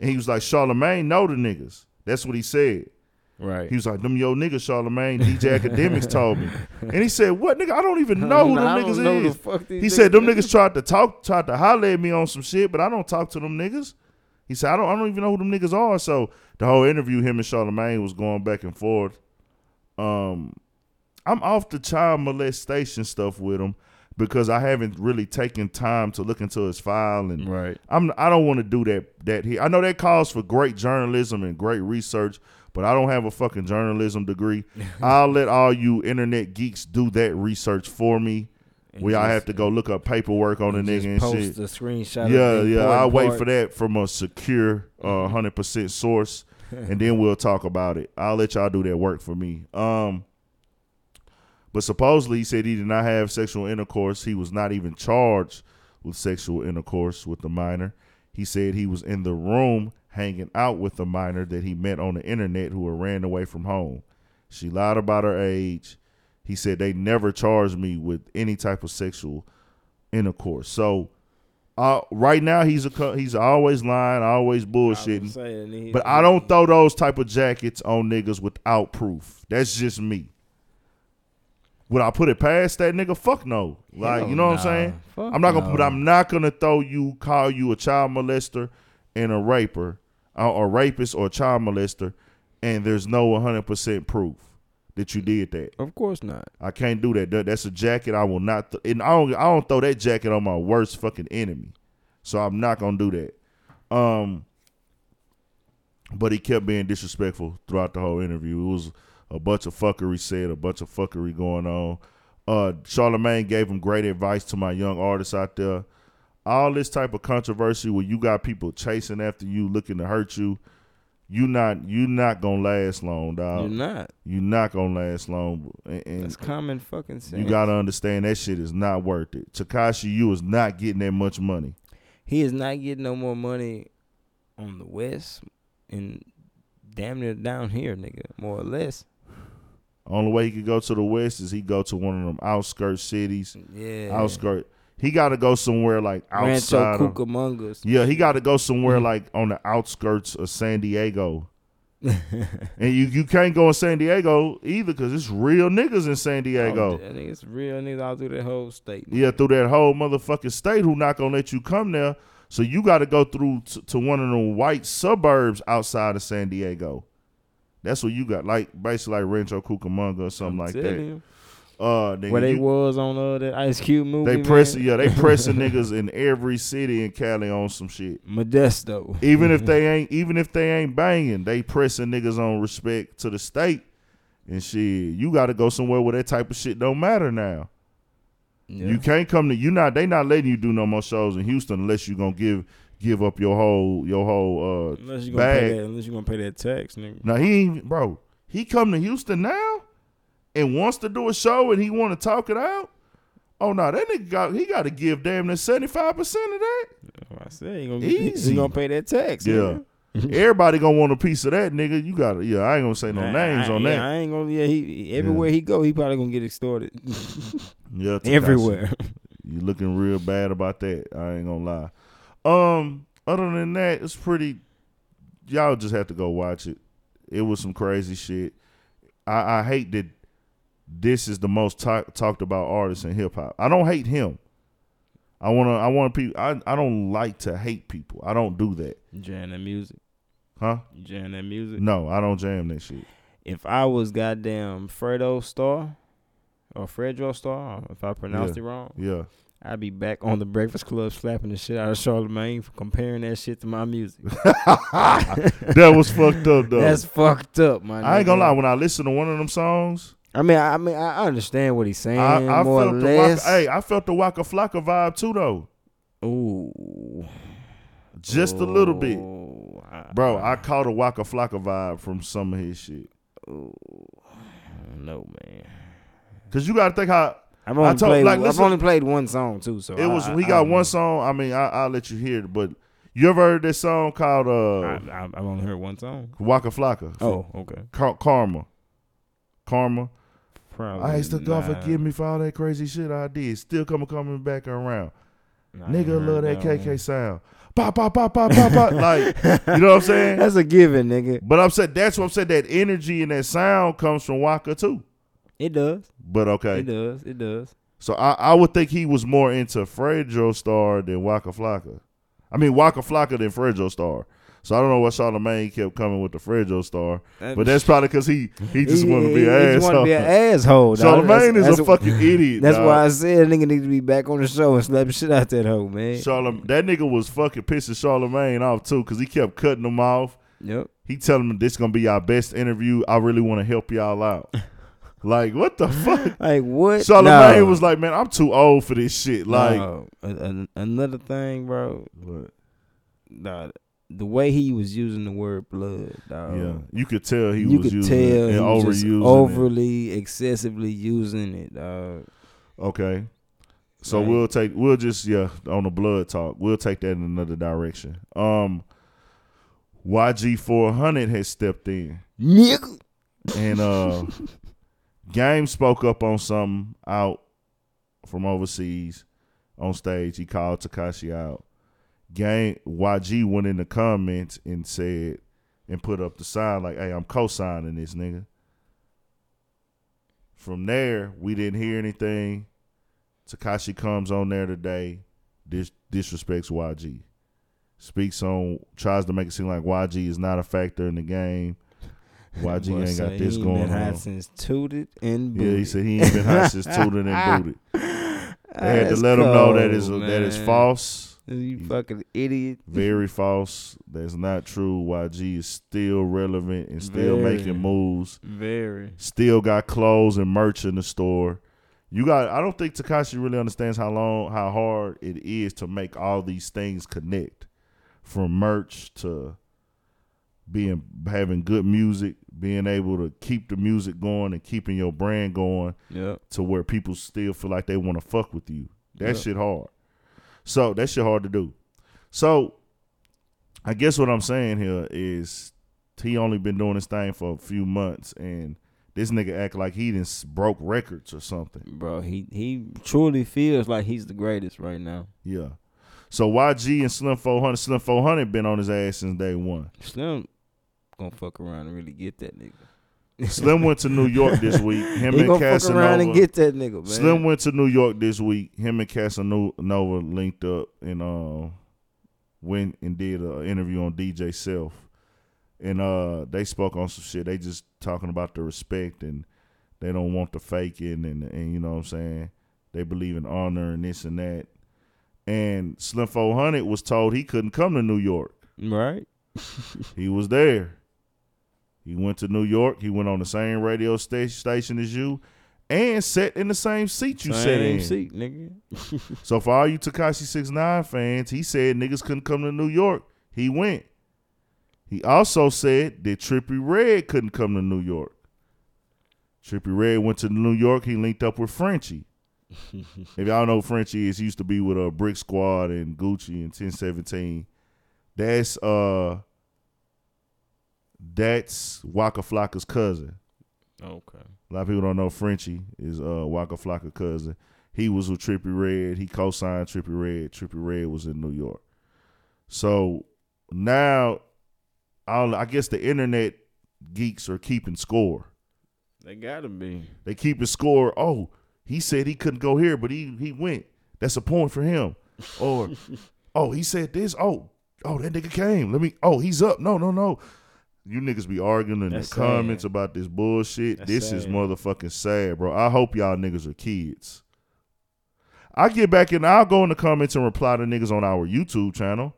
S2: and he was like, "Charlemagne, know the niggas." That's what he said.
S1: Right.
S2: He was like, "Them yo niggas, Charlemagne, DJ Academics told me," and he said, "What nigga? I don't even know who
S1: Nah,
S2: them
S1: I don't know
S2: niggas
S1: who the
S2: is."
S1: fuck these
S2: He said, "Them
S1: is."
S2: niggas tried to talk, tried to holler at me on some shit, but I don't talk to them niggas." He said, "I don't, I don't even know who them niggas are." So the whole interview, him and Charlemagne was going back and forth. Um, I'm off the child molestation stuff with him because I haven't really taken time to look into his file and
S1: Right.
S2: I'm I don't want to do that that here. I know that calls for great journalism and great research, but I don't have a fucking journalism degree. I'll let all you internet geeks do that research for me. we all
S1: just-
S2: have to go look up paperwork on the
S1: Just
S2: nigga
S1: post
S2: and shit.
S1: a screenshot. of
S2: Yeah,
S1: the
S2: yeah.
S1: important
S2: I'll wait
S1: part.
S2: for that from a secure uh, hundred percent source, and then we'll talk about it. I'll let y'all do that work for me. Um, but supposedly he said he did not have sexual intercourse. He was not even charged with sexual intercourse with the minor. He said he was in the room hanging out with the minor that he met on the internet who had ran away from home. She lied about her age. He said they never charged me with any type of sexual intercourse. So uh, right now he's a co- he's always lying, always bullshitting.
S1: Saying he-
S2: But I don't throw those type of jackets on niggas without proof. That's just me. Would I put it past that nigga? Fuck no. Like
S1: Hell
S2: you know what
S1: nah.
S2: I'm saying?
S1: Fuck
S2: I'm not gonna.
S1: no.
S2: But I'm not gonna throw you, call you a child molester and a raper, uh, or rapist or child molester, and there's no 100 percent proof that you did that.
S1: Of course not.
S2: I can't do that. That- That's a jacket I will not. Th- and I don't. I don't throw that jacket on my worst fucking enemy. So I'm not gonna do that. Um. But he kept being disrespectful throughout the whole interview. It was a bunch of fuckery said, a bunch of fuckery going on. Uh, Charlemagne gave him great advice to my young artists out there. All this type of controversy where you got people chasing after you, looking to hurt you, you not you not gonna last
S1: You're
S2: long, dog.
S1: not.
S2: You're not gonna last long. And, Uh, and
S1: That's common fucking sense.
S2: you gotta understand that shit is not worth it. Takashi, you is not getting that much money.
S1: He is not getting no more money on the West and damn near down here, nigga, more or less.
S2: Only way he could go to the west is he go to one of them outskirts cities.
S1: Yeah.
S2: Outskirt. He gotta go somewhere like
S1: Rancho Mm-hmm.
S2: outside. of-
S1: Cucamongas.
S2: yeah, he gotta go somewhere like on the outskirts of San Diego. and you, you can't go in San Diego either because it's real niggas in
S1: Oh,
S2: San Diego.
S1: I think it's real niggas all through that whole state.
S2: Yeah, through that whole motherfucking state who not gonna let you come there. So you got to go through t- to one of them white suburbs outside of San Diego. That's what you got, like basically like Rancho Cucamonga or something
S1: I'm
S2: like
S1: telling
S2: that.
S1: you.
S2: Uh, nigga,
S1: Where they
S2: you-
S1: was on uh, that Ice Cube movie.
S2: they
S1: man.
S2: pressing, yeah, they pressing niggas in every city in Cali on some shit.
S1: Modesto.
S2: Even if they ain't, even if they ain't banging, they pressing niggas on respect to the state and shit. You got to go somewhere where that type of shit don't matter now.
S1: Yeah.
S2: You can't come to you not they not letting you do no more shows in Houston unless you gonna give give up your whole your whole uh
S1: unless you gonna pay
S2: bag.
S1: that unless you gonna pay that tax, nigga.
S2: Now he ain't- bro, he come to Houston now and wants to do a show and he wanna talk it out. Oh no, that nigga got he gotta give damn near seventy five percent of that.
S1: I said you gonna get-
S2: Easy.
S1: you gonna pay that tax.
S2: Yeah.
S1: nigga.
S2: Everybody gonna want a piece of that, nigga. You gotta yeah, I ain't gonna say no
S1: I-
S2: names
S1: I,
S2: on
S1: yeah,
S2: that.
S1: I ain't gonna. Yeah, he he- everywhere he go, he probably gonna get extorted.
S2: yeah, Tekashi.
S1: everywhere.
S2: You looking real bad about that. I ain't gonna lie. Um, other than that, it's pretty. Y'all just have to go watch it. It was some crazy shit. I, I hate that this is the most talk, talked about artist in hip hop. I don't hate him. I wanna. I want people. I I don't like to hate people. I don't do that.
S1: Jam that music.
S2: Huh?
S1: Jam that music.
S2: No, I don't jam that shit.
S1: If I was goddamn Fredo Star or Fredro Star, if I pronounced it wrong,
S2: Yeah.
S1: I'd be back on the Breakfast Club slapping the shit out of Charlemagne for comparing that shit to my music.
S2: That was fucked up though.
S1: That's fucked up, my.
S2: I ain't
S1: nigga.
S2: gonna lie. When I listen to one of them songs,
S1: I mean, I I mean, I understand what he's saying
S2: I, I
S1: more
S2: felt
S1: or
S2: the
S1: less.
S2: Waka, hey, I felt the Waka Flocka vibe too though.
S1: Ooh,
S2: just a little bit.
S1: Oh. Ooh, I,
S2: Bro, I caught a Waka Flocka vibe from some of his shit.
S1: Ooh, I don't know, man.
S2: Cause you gotta think how
S1: I've only
S2: told-
S1: played.
S2: like,
S1: I've
S2: listen-
S1: only played one song too. So
S2: it was.
S1: I,
S2: he
S1: I-
S2: got
S1: I
S2: one
S1: don't know.
S2: song. I mean, I, I'll let you hear it. But you ever heard this song called
S3: Oh.
S2: uh,
S1: I, I, I've only heard one song.
S2: Waka Flocka?
S1: Oh, okay.
S2: Car- Karma. Karma.
S1: Probably.
S2: I asked the God
S1: not.
S2: forgive me for all that crazy shit I did. Still coming coming back around.
S1: Nah, I
S2: Nigga
S1: ain't
S2: love that
S1: heard
S2: KK
S1: one.
S2: sound. Pop, pop, pop, pop, pop, pop. Like,
S1: Oh.
S2: you know what I'm saying?
S1: That's a given, nigga.
S2: But I'm saying that's what I'm saying. That energy and that sound comes from Waka too.
S1: It does.
S2: But okay.
S1: It does. It does.
S2: So I, I would think he was more into Fredo Star than Waka Flocka. I mean Waka Flocka than Fredo Star. So I don't know why Charlamagne kept coming with the Fredo Star, but that's probably because he he just wanted to be
S1: He
S2: an
S1: just wanted to
S2: asshole.
S1: be an asshole. dog. That's-
S2: Charlamagne is
S1: that's
S2: a
S1: what-
S2: fucking idiot.
S1: That's
S2: dog.
S1: why I said nigga need to be back on the show and slap the shit out that hoe, man.
S2: Charlem- that nigga was fucking pissing Charlemagne off too, cause he kept cutting him off.
S1: Yep.
S2: He telling him this gonna be our best interview. I really want to help y'all out. like what the fuck?
S1: Like what?
S2: Charlemagne
S1: No.
S2: was like, man, I'm too old for this shit. Like
S1: No. A- a- another thing, bro. Nah, the way he was using the word blood, dog.
S2: yeah, Um, you could tell he
S1: you
S2: was
S1: could
S2: using
S1: tell
S2: it and
S1: he was just
S2: overusing it.
S1: overly, excessively using it, dog.
S2: Okay, so
S1: Right.
S2: we'll take we'll just yeah on the blood talk. We'll take that in another direction. Um, YG four hundred has stepped in.
S1: Nigga.
S2: and uh game spoke up on something out from overseas on stage he called takashi out game yg went in the comments and said and put up the sign like hey i'm co-signing this nigga from there we didn't hear anything takashi comes on there today dis- disrespects yg speaks on tries to make it seem like yg is not a factor in the game yg
S1: Boy,
S2: ain't
S1: say
S2: got this
S1: he
S2: going
S1: been hot
S2: on
S1: since tooted and
S2: yeah, he
S1: booted.
S2: said he ain't been hot since tutored and booted. They had to
S1: Ah, That's
S2: let him know that
S1: cold,
S2: is that is
S1: man.
S2: false,
S1: You fucking idiot.
S2: very false. That's not true. YG is still relevant and still
S1: Very.
S2: making moves.
S1: Very.
S2: Still got clothes and merch in the store. You got. I don't think Takashi really understands how long, how hard it is to make all these things connect, from merch to being having good music, being able to keep the music going and keeping your brand going
S1: Yep.
S2: to where people still feel like they want to fuck with you. That
S1: Yep.
S2: shit hard. So that shit hard to do. So I guess what I'm saying here is he only been doing this thing for a few months and this nigga act like he done s- broke records or something.
S1: Bro, he he truly feels like he's the greatest right now.
S2: Yeah. So YG and Slim 400, Slim 400 been on his ass since day one.
S1: Slim gonna fuck around and really get that nigga.
S2: Slim went to New York this week. Him
S1: he
S2: and
S1: gonna fuck around
S2: Casanova.
S1: and get that nigga, man.
S2: Slim went to New York this week. Him and Casanova linked up and uh, went and did an interview on DJ Self, and uh, they spoke on some shit. They just talking about the respect and they don't want the faking and and you know what I'm saying. They believe in honor and this and that. And Slim 400 was told he couldn't come to New York.
S1: right?
S2: He was there. He went to New York. He went on the same radio sta- station as you, and sat in the same seat you sat
S1: Same
S2: in.
S1: seat, nigga.
S2: So for all you Takashi 69 fans, he said niggas couldn't come to New York. He went. He also said that Trippy Red couldn't come to New York. Trippy Red went to New York. He linked up with Frenchie. if y'all know who Frenchie is, he used to be with a uh, Brick Squad and Gucci and 1017. That's uh that's Waka Flocka's cousin.
S1: Okay.
S2: A lot of people don't know Frenchie is uh Waka Flocka cousin. He was with Trippy Red. He co-signed Trippy Red. Trippy Red was in New York. So now, I'll, I guess the internet geeks are keeping score.
S1: They gotta be.
S2: They keep his score. Oh, he said he couldn't go here, but he he went. That's a point for him. Or oh, he said this. Oh, oh that nigga came. Let me. Oh, he's up. No, no, no. You niggas be arguing in
S1: That's
S2: the comments
S1: sad.
S2: about this bullshit.
S1: That's
S2: this is
S1: sad.
S2: motherfucking sad, bro. I hope y'all niggas are kids. I get back in. I'll go in the comments and reply to niggas on our YouTube channel.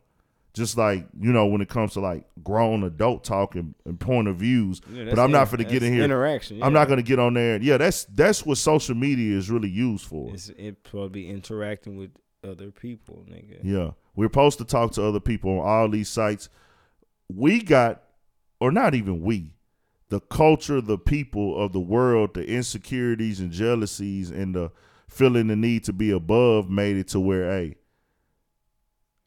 S2: Just like you know, when it comes to like grown adult talking and point of views, but I'm not for to get in here
S1: Interaction.
S2: I'm
S1: yeah.
S2: not gonna get on there. Yeah, that's that's what social media is really used for.
S1: It's it probably interacting with other people, nigga.
S2: Yeah, we're supposed to talk to other people on all these sites. we got, or not even we, the culture, the people of the world, the insecurities and jealousies and the feeling the need to be above made it to where, hey,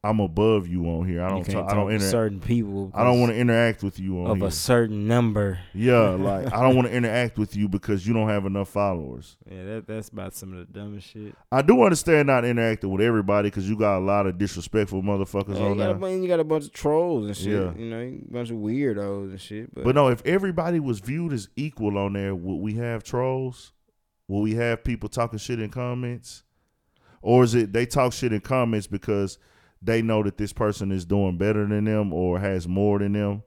S2: I'm above you on here. I
S1: you
S2: don't.
S1: can't
S2: Talk, I don't
S1: to
S2: interact.
S1: certain people.
S2: I don't want to interact with you on
S1: of
S2: here.
S1: a certain number.
S2: Yeah, like I don't want to interact with you because you don't have enough followers.
S1: Yeah, that that's about some of the dumbest shit.
S2: I do understand not interacting with everybody because you got a lot of disrespectful motherfuckers
S1: Yeah, you,
S2: on
S1: got a,
S2: there.
S1: bunch- you got a bunch of trolls and shit.
S2: Yeah.
S1: You know, you- a bunch of weirdos and shit. But,
S2: But no, if everybody was viewed as equal on there, would we have trolls? Would we have people talking shit in comments? Or is it they talk shit in comments because they know that this person is doing better than them or has more than them?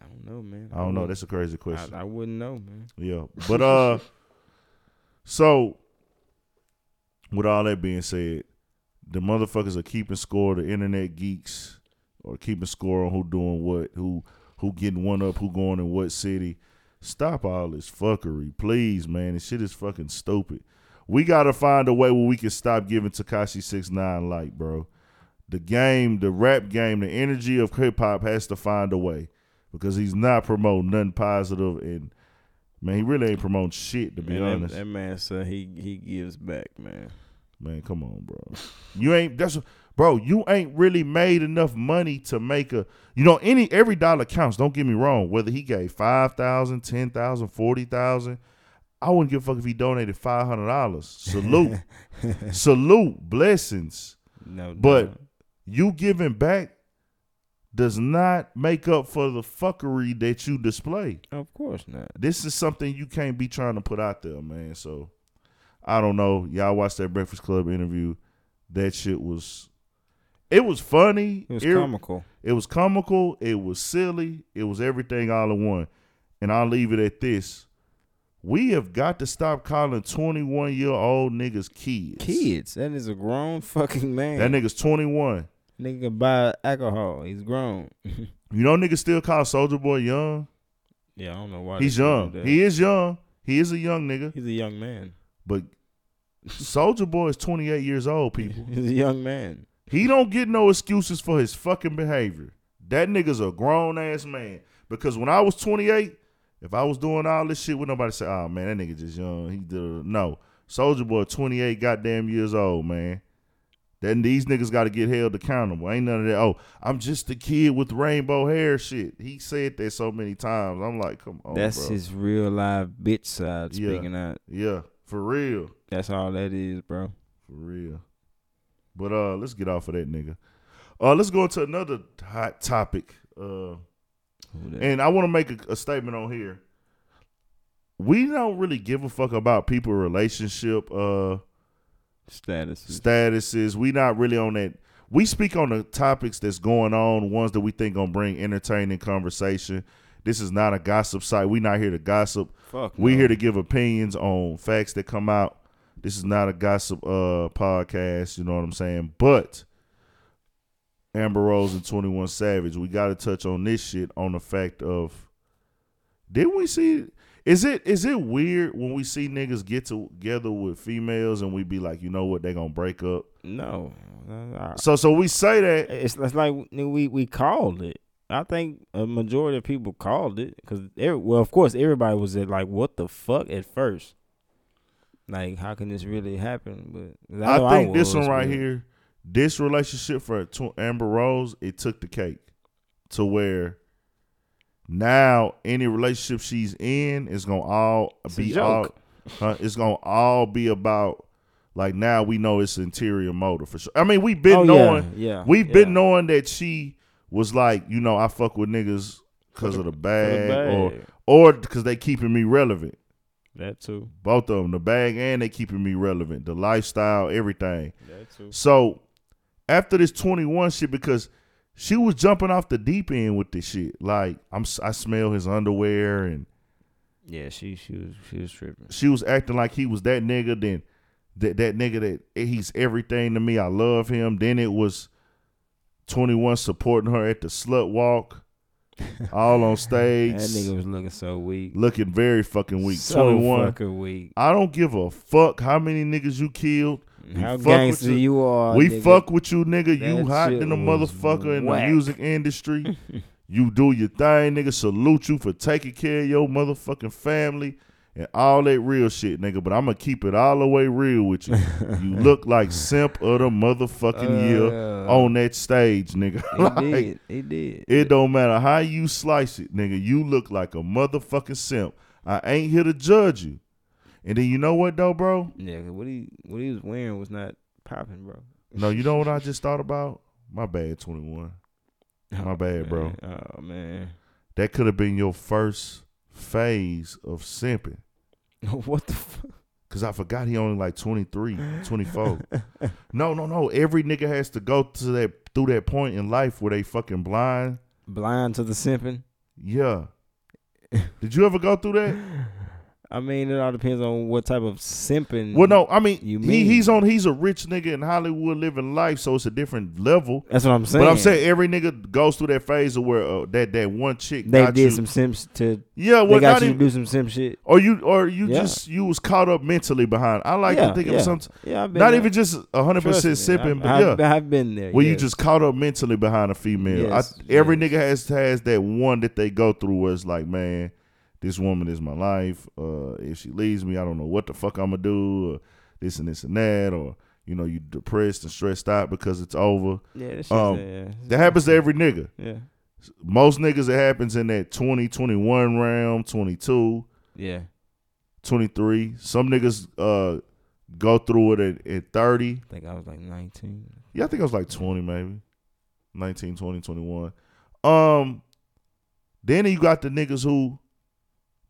S1: I don't know, man.
S2: I don't know.
S1: wouldn't-
S2: That's a crazy question.
S1: Mm-hmm. I, I wouldn't know, man.
S2: Yeah. But uh so with all that being said, the motherfuckers are keeping score, the internet geeks are keeping score on who doing what, who who getting one up, who going in what city. Stop all this fuckery, please, man. This shit is fucking stupid. We gotta find a way where we can stop giving Takashi Six Nine light, bro. The game, the rap game, the energy of hip hop has to find a way because he's not promoting nothing positive, and man, he really ain't promoting shit to be
S1: Man, that-
S2: honest.
S1: that, man said he he gives back, man.
S2: Man, come on, bro. You ain't that's bro. You ain't really made enough money to make a. You know, any every dollar counts. Don't get me wrong. Whether he gave five thousand, ten thousand, forty thousand, I wouldn't give a fuck if he donated five hundred dollars. Salute, salute, blessings.
S1: No,
S2: But
S1: doubt.
S2: you giving back does not make up for the fuckery that you display
S1: of course not.
S2: this is something you can't be trying to put out there, man. So I don't know. Y'all watched that Breakfast Club interview. That shit was it was funny.
S1: It was
S2: ir-
S1: comical.
S2: it was comical. It was silly. It was everything all in one. And I'll leave it at this. We have got to stop calling 21 year old niggas kids.
S1: Kids, that is a grown fucking man.
S2: That nigga's 21.
S1: nigga can buy alcohol. He's grown.
S2: You know niggas still call Soldier Boy young.
S1: yeah, I don't know why.
S2: He's
S1: Oh, they do
S2: young.
S1: that.
S2: He is young. He is a young nigga.
S1: He's a young man.
S2: But Soldier Boy is 28 years old, people.
S1: He's a young man.
S2: He don't get no excuses for his fucking behavior. That nigga's a grown ass man. Because when I was 28, if I was doing all this shit, would nobody say, "Oh man, that nigga just young." He did no soldier boy, 28 goddamn years old, man. Then these niggas got to get held accountable. Ain't none of that. Oh, I'm just a kid with rainbow hair. Shit, he said that so many times. I'm like, come on,
S1: That's
S2: Oh, bro.
S1: his real live bitch side
S2: Yeah.
S1: speaking out.
S2: yeah, for real.
S1: That's all that is, bro.
S2: For real. But uh let's get off of that nigga. Uh let's go into another hot topic. Uh
S1: Who that-
S2: and I want to make a, a statement on here. We don't really give a fuck about people relationship uh
S1: Status.
S2: statuses. We not really on that. We speak on the topics that's going on, ones that we think gonna bring entertaining conversation. This is not a gossip site. We not here to gossip.
S1: Fuck.
S2: We
S1: no.
S2: here to give opinions on facts that come out. This is not a gossip uh podcast, you know what I'm saying? But Amber Rose and 21 Savage, we got to touch on this shit on the fact of did we see is it is it weird when we see niggas get together with females and we be like, "You know what? They going to break up."
S1: No. I-
S2: So so we say that
S1: It's, it's like nigga, we we called it. I think a majority of people called it because well, of course, everybody was at like, "What the fuck?" at first. Like, how can this really happen? But
S2: I,
S1: know
S2: think this
S1: was,
S2: one right
S1: but-
S2: here, this relationship for Tw- Amber Rose, it took the cake to where now any relationship she's in is gonna all
S1: It's a
S2: be all,
S1: joke.
S2: huh, it's gonna all be about like now we know it's interior motive for sure. I mean we've been
S1: Oh,
S2: knowing,
S1: yeah, yeah,
S2: we've been
S1: yeah.
S2: knowing that she was like you know I fuck with niggas because of the bag,
S1: bag.
S2: or or because they keeping me relevant.
S1: That too.
S2: Both of them, the bag and they keeping me relevant, the lifestyle, everything.
S1: That too.
S2: So after this 21 shit, because she was jumping off the deep end with this shit. Like I'm, s- I smell his underwear, and
S1: Yeah, she she was she was tripping.
S2: she was acting like he was that nigga. Then that that nigga that eh, he's everything to me. I love him. Then it was 21 supporting her at the slut walk, all on stage,
S1: That nigga was looking so weak.
S2: looking very fucking weak.
S1: So
S2: 21.
S1: fucking weak.
S2: I don't give a fuck how many niggas you killed.
S1: How
S2: fuck with
S1: gangster
S2: you.
S1: you are.
S2: we
S1: nigga.
S2: fuck with you, nigga. you
S1: That
S2: hot
S1: shit
S2: than a
S1: was
S2: motherfucker in the
S1: whack.
S2: music industry. you do your thing, nigga. Salute you for taking care of your motherfucking family and all that real shit, nigga. But I'm gonna keep it all the way real with you. you look like simp of the motherfucking
S1: Uh,
S2: year on that stage, nigga.
S1: It
S2: like,
S1: did. It did.
S2: it don't matter how you slice it, nigga. You look like a motherfucking simp. I ain't here to judge you. And then you know what though, bro?
S1: Yeah, 'cause what he what he was wearing was not popping, bro.
S2: No, you know what I just thought about? My bad, 21. My bad, bro.
S1: Oh, Man, Oh man,
S2: That could have been your first phase of simping.
S1: what the fuck?
S2: Cause I forgot he only like 23, 24. no, no, no. Every nigga has to go to that through that point in life where they fucking blind.
S1: Blind to the simping.
S2: Yeah. Did you ever go through
S1: Mm.
S2: that?
S1: I mean, it all depends on what type of simping.
S2: Well, no. I mean,
S1: You
S2: he,
S1: mean.
S2: he's on. He's a rich nigga in Hollywood living life, so it's a different level.
S1: That's what I'm saying.
S2: But I'm saying every nigga goes through that phase of where uh, that that one chick
S1: they
S2: got
S1: did
S2: you.
S1: some simps to.
S2: yeah, well,
S1: they got
S2: not
S1: you
S2: even,
S1: to do some simp shit.
S2: or you or you
S1: Yeah.
S2: just you was caught up mentally behind. I like to
S1: Yeah,
S2: think
S1: yeah.
S2: of something.
S1: Yeah, I've been
S2: Not
S1: there.
S2: even just hundred
S1: Trust me,
S2: percent sipping,
S1: I-
S2: but
S1: I've,
S2: yeah,
S1: I've been there.
S2: where you
S1: yes.
S2: just caught up mentally behind a female.
S1: Yes,
S2: I, every
S1: yes.
S2: nigga has has that one that they go through where it's like, man, this woman is my life. Uh, if she leaves me, I don't know what the fuck I'm gonna do. Or this and this and that, or you know, you depressed and stressed out because it's over.
S1: yeah, that shit's
S2: um,
S1: there, yeah.
S2: That happens to every nigga.
S1: Yeah,
S2: Most niggas, it happens in that 20, 21 round, 22.
S1: yeah.
S2: 23. Some niggas uh go through it at, at 30.
S1: I think I was like 19.
S2: Yeah, I think I was like 20 maybe. 19, 20, 21. Um then you got the niggas who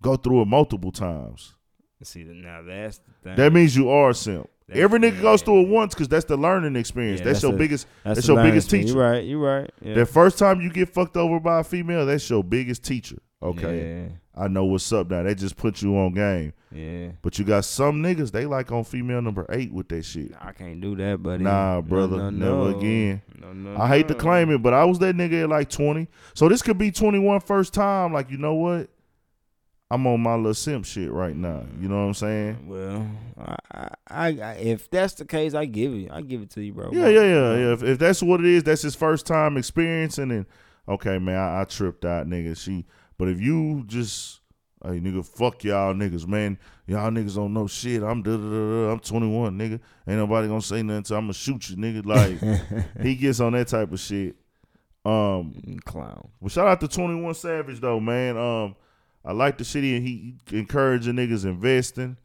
S2: go through it multiple times.
S1: See, now that's the thing.
S2: That means you are a simp.
S1: That's-
S2: Every nigga goes
S1: yeah.
S2: through it once because that's the learning experience.
S1: Yeah,
S2: that's,
S1: that's
S2: your
S1: a-
S2: biggest. that's
S1: the
S2: your biggest
S1: learning
S2: teacher.
S1: You're right. You're right. Yeah.
S2: That first time you get fucked over by a female, that's your biggest teacher. Okay, I know what's up now. That just puts you on game.
S1: Yeah. yeah.
S2: But you got some niggas they like on female number eight with that shit.
S1: Nah, I can't do that, buddy.
S2: Nah, brother, never again.
S1: No, no,
S2: I hate to
S1: no.
S2: claim it, but I was that nigga at like 20. So this could be 21 first time. Like, you know what? I'm on my little simp shit right now. You know what I'm saying?
S1: Well, I, I, I, if that's the case, I give it. I give it to you, bro.
S2: Yeah, yeah, yeah, yeah. If, if that's what it is, that's his first time experiencing it. Okay, man, I, I tripped out, nigga. She, but if you just, hey, nigga, fuck y'all niggas, man. Y'all niggas don't know shit. I'm da da da. da. I'm 21, nigga. Ain't nobody gonna say nothing. To, I'm gonna shoot you, nigga. Like he gets on that type of shit. Um,
S1: Mm, Clown.
S2: Well, shout out to Twenty One Savage though, man. Um, I like the shit he he encouraging niggas investing,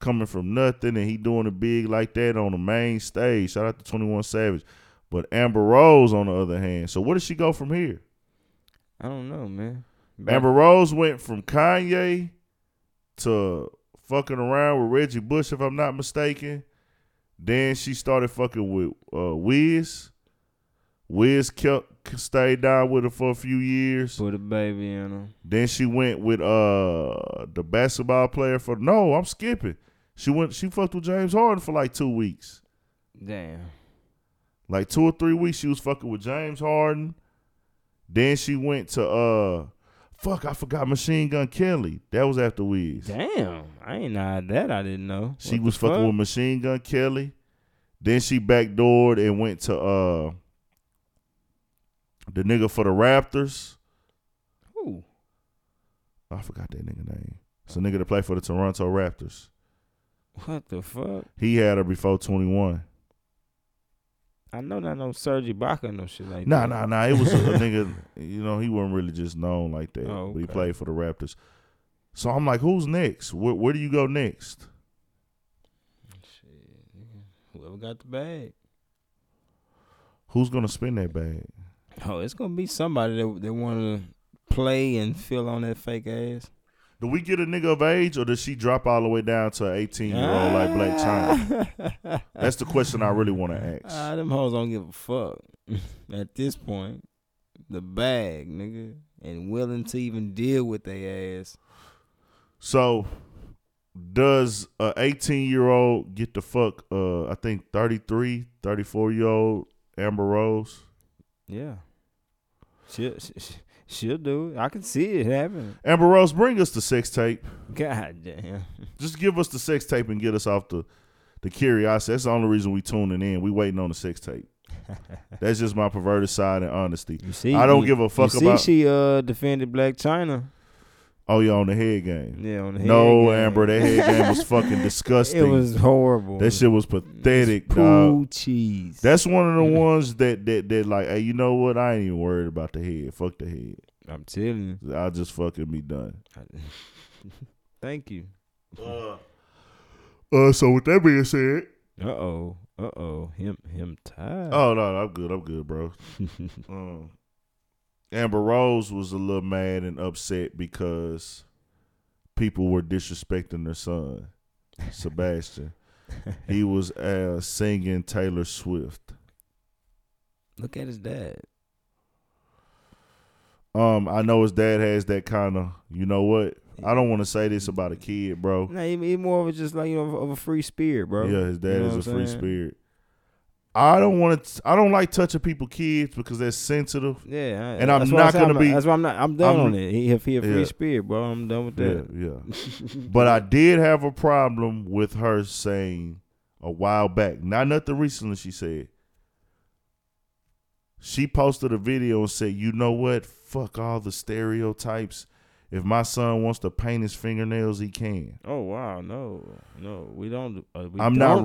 S2: coming from nothing, and he doing it big like that on the main stage. Shout out to Twenty One Savage. But Amber Rose, on the other hand, so where does she go from here?
S1: I don't know, man.
S2: Amber Rose went from Kanye to fucking around with Reggie Bush, if I'm not mistaken. Then she started fucking with uh, Wiz. Wiz kept stayed down with her for a few years.
S1: put a baby in him.
S2: Then she went with uh the basketball player for no, I'm skipping. She went she fucked with James Harden for like two weeks.
S1: Damn.
S2: Like two or three weeks she was fucking with James Harden. Then she went to uh fuck, I forgot Machine Gun Kelly. That was after Wiz.
S1: Damn. I ain't know that. I didn't know.
S2: She
S1: What
S2: was
S1: the
S2: fucking
S1: fuck?
S2: with Machine Gun Kelly. Then she backdoored and went to uh the nigga for the Raptors.
S1: Ooh.
S2: I forgot that nigga name. It's a nigga that played for the Toronto Raptors.
S1: What the fuck?
S2: He had her before twenty one.
S1: I know that no Serge Ibaka no shit like
S2: Nah,
S1: that.
S2: nah, nah. It was a nigga. You know, he wasn't really just known like that.
S1: Oh,
S2: But he
S1: okay.
S2: played for the Raptors. So I'm like, who's next? Where, where do you go next?
S1: Shit. Whoever got the bag.
S2: Who's gonna spin that bag?
S1: Oh, it's gonna be somebody that that wanna play and feel on that fake ass.
S2: Do we get a nigga of age, or does she drop all the way down to an 18 year old like
S1: Ah.
S2: Black China?
S1: China.
S2: That's the question I really want to ask.
S1: Ah, them hoes don't give a fuck. At this point, the bag, nigga, and willing to even deal with their ass.
S2: So, does a 18 year old get to fuck? Uh, I think 33, 34 year old Amber Rose.
S1: Yeah, she'll she, she'll do it. I can see it happening.
S2: Amber Rose, bring us the sex tape.
S1: God damn.
S2: Just give us the sex tape and get us off the the curiosity. That's the only reason we tuning in. We waiting on the sex tape. That's just my perverted side and honesty.
S1: You see,
S2: I don't
S1: you-
S2: give a fuck
S1: you
S2: about-
S1: See she uh defended Black China.
S2: Oh, you on the head game.
S1: Yeah, on the head
S2: No,
S1: game.
S2: Amber, that head game was fucking disgusting.
S1: It was horrible.
S2: that shit was pathetic, dog.
S1: Poo cheese.
S2: That's one of the ones that that that like, hey, you know what? I ain't even worried about the head. Fuck the head.
S1: I'm telling
S2: I'll just fucking be done.
S1: you. Thank you.
S2: Uh, so with that being said,
S1: Uh oh. Uh oh. Him him tired.
S2: oh no, no, I'm good. I'm good, bro. um, Amber Rose was a little mad and upset because people were disrespecting her son, Sebastian. he was uh, singing Taylor Swift.
S1: Look at his dad.
S2: Um, I know his dad has that kind of, you know what? I don't want to say this about a kid, bro.
S1: Nah, he, he more of a just like you know of, of a free spirit, bro.
S2: Yeah, his dad
S1: You know
S2: is
S1: what
S2: a
S1: I'm
S2: free
S1: saying?
S2: spirit. I don't want to. I don't like touching people kids because that's sensitive.
S1: Yeah, I-
S2: And I'm
S1: that's why I
S2: not
S1: said
S2: gonna
S1: I'm
S2: be-
S1: That's why I'm not. I'm done
S2: I'm-
S1: on it. He, if he a free
S2: Yeah.
S1: spirit, bro, I'm done with
S2: Yeah,
S1: that.
S2: yeah. but I did have a problem with her saying a while back, not nothing recently. She said she posted a video and said, "You know what? Fuck all the stereotypes. If my son wants to paint his fingernails, he can.
S1: Oh wow, no, no, we don't. Uh, we
S2: I'm
S1: don't
S2: not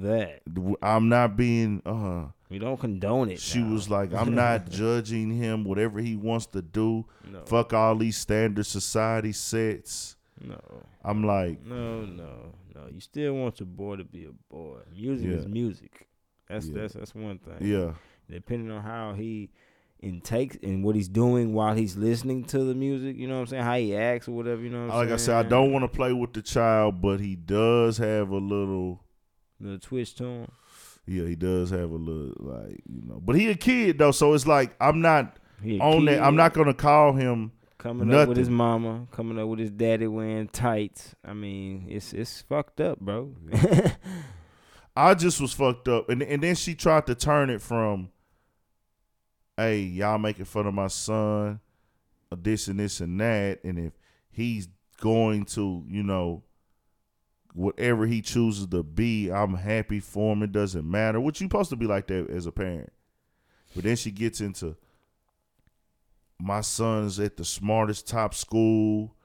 S1: condone that.
S2: I'm not being uh."
S1: We don't condone it.
S2: She
S1: now.
S2: was like, I'm not judging him, whatever he wants to do.
S1: No.
S2: Fuck all these standard society sets.
S1: no,
S2: I'm like,
S1: no, no, no. You still want your boy to be a boy. Music
S2: Yeah.
S1: is music. That's
S2: Yeah.
S1: that's that's one thing.
S2: yeah,
S1: Depending on how he intakes and what he's doing while he's listening to the music, you know what I'm saying? How he acts or whatever, you know. What I'm
S2: like I said,
S1: saying?
S2: I don't want to play with the child, but he does have a little.
S1: the twitch to him.
S2: Yeah, he does have a little, like you know. But he a kid though, so it's like I'm not
S1: He a
S2: on that. I'm
S1: kid.
S2: not gonna call him.
S1: Coming up with his mama, coming up with his daddy wearing tights. I mean, it's it's fucked up, bro.
S2: I just was fucked up, and and then she tried to turn it from, "Hey, y'all making fun of my son, uh, this and this and that, and if he's going to, you know, whatever he chooses to be, I'm happy for him. It doesn't matter." What you supposed to be like that as a parent, but then she gets into, "My son's at the smartest top school,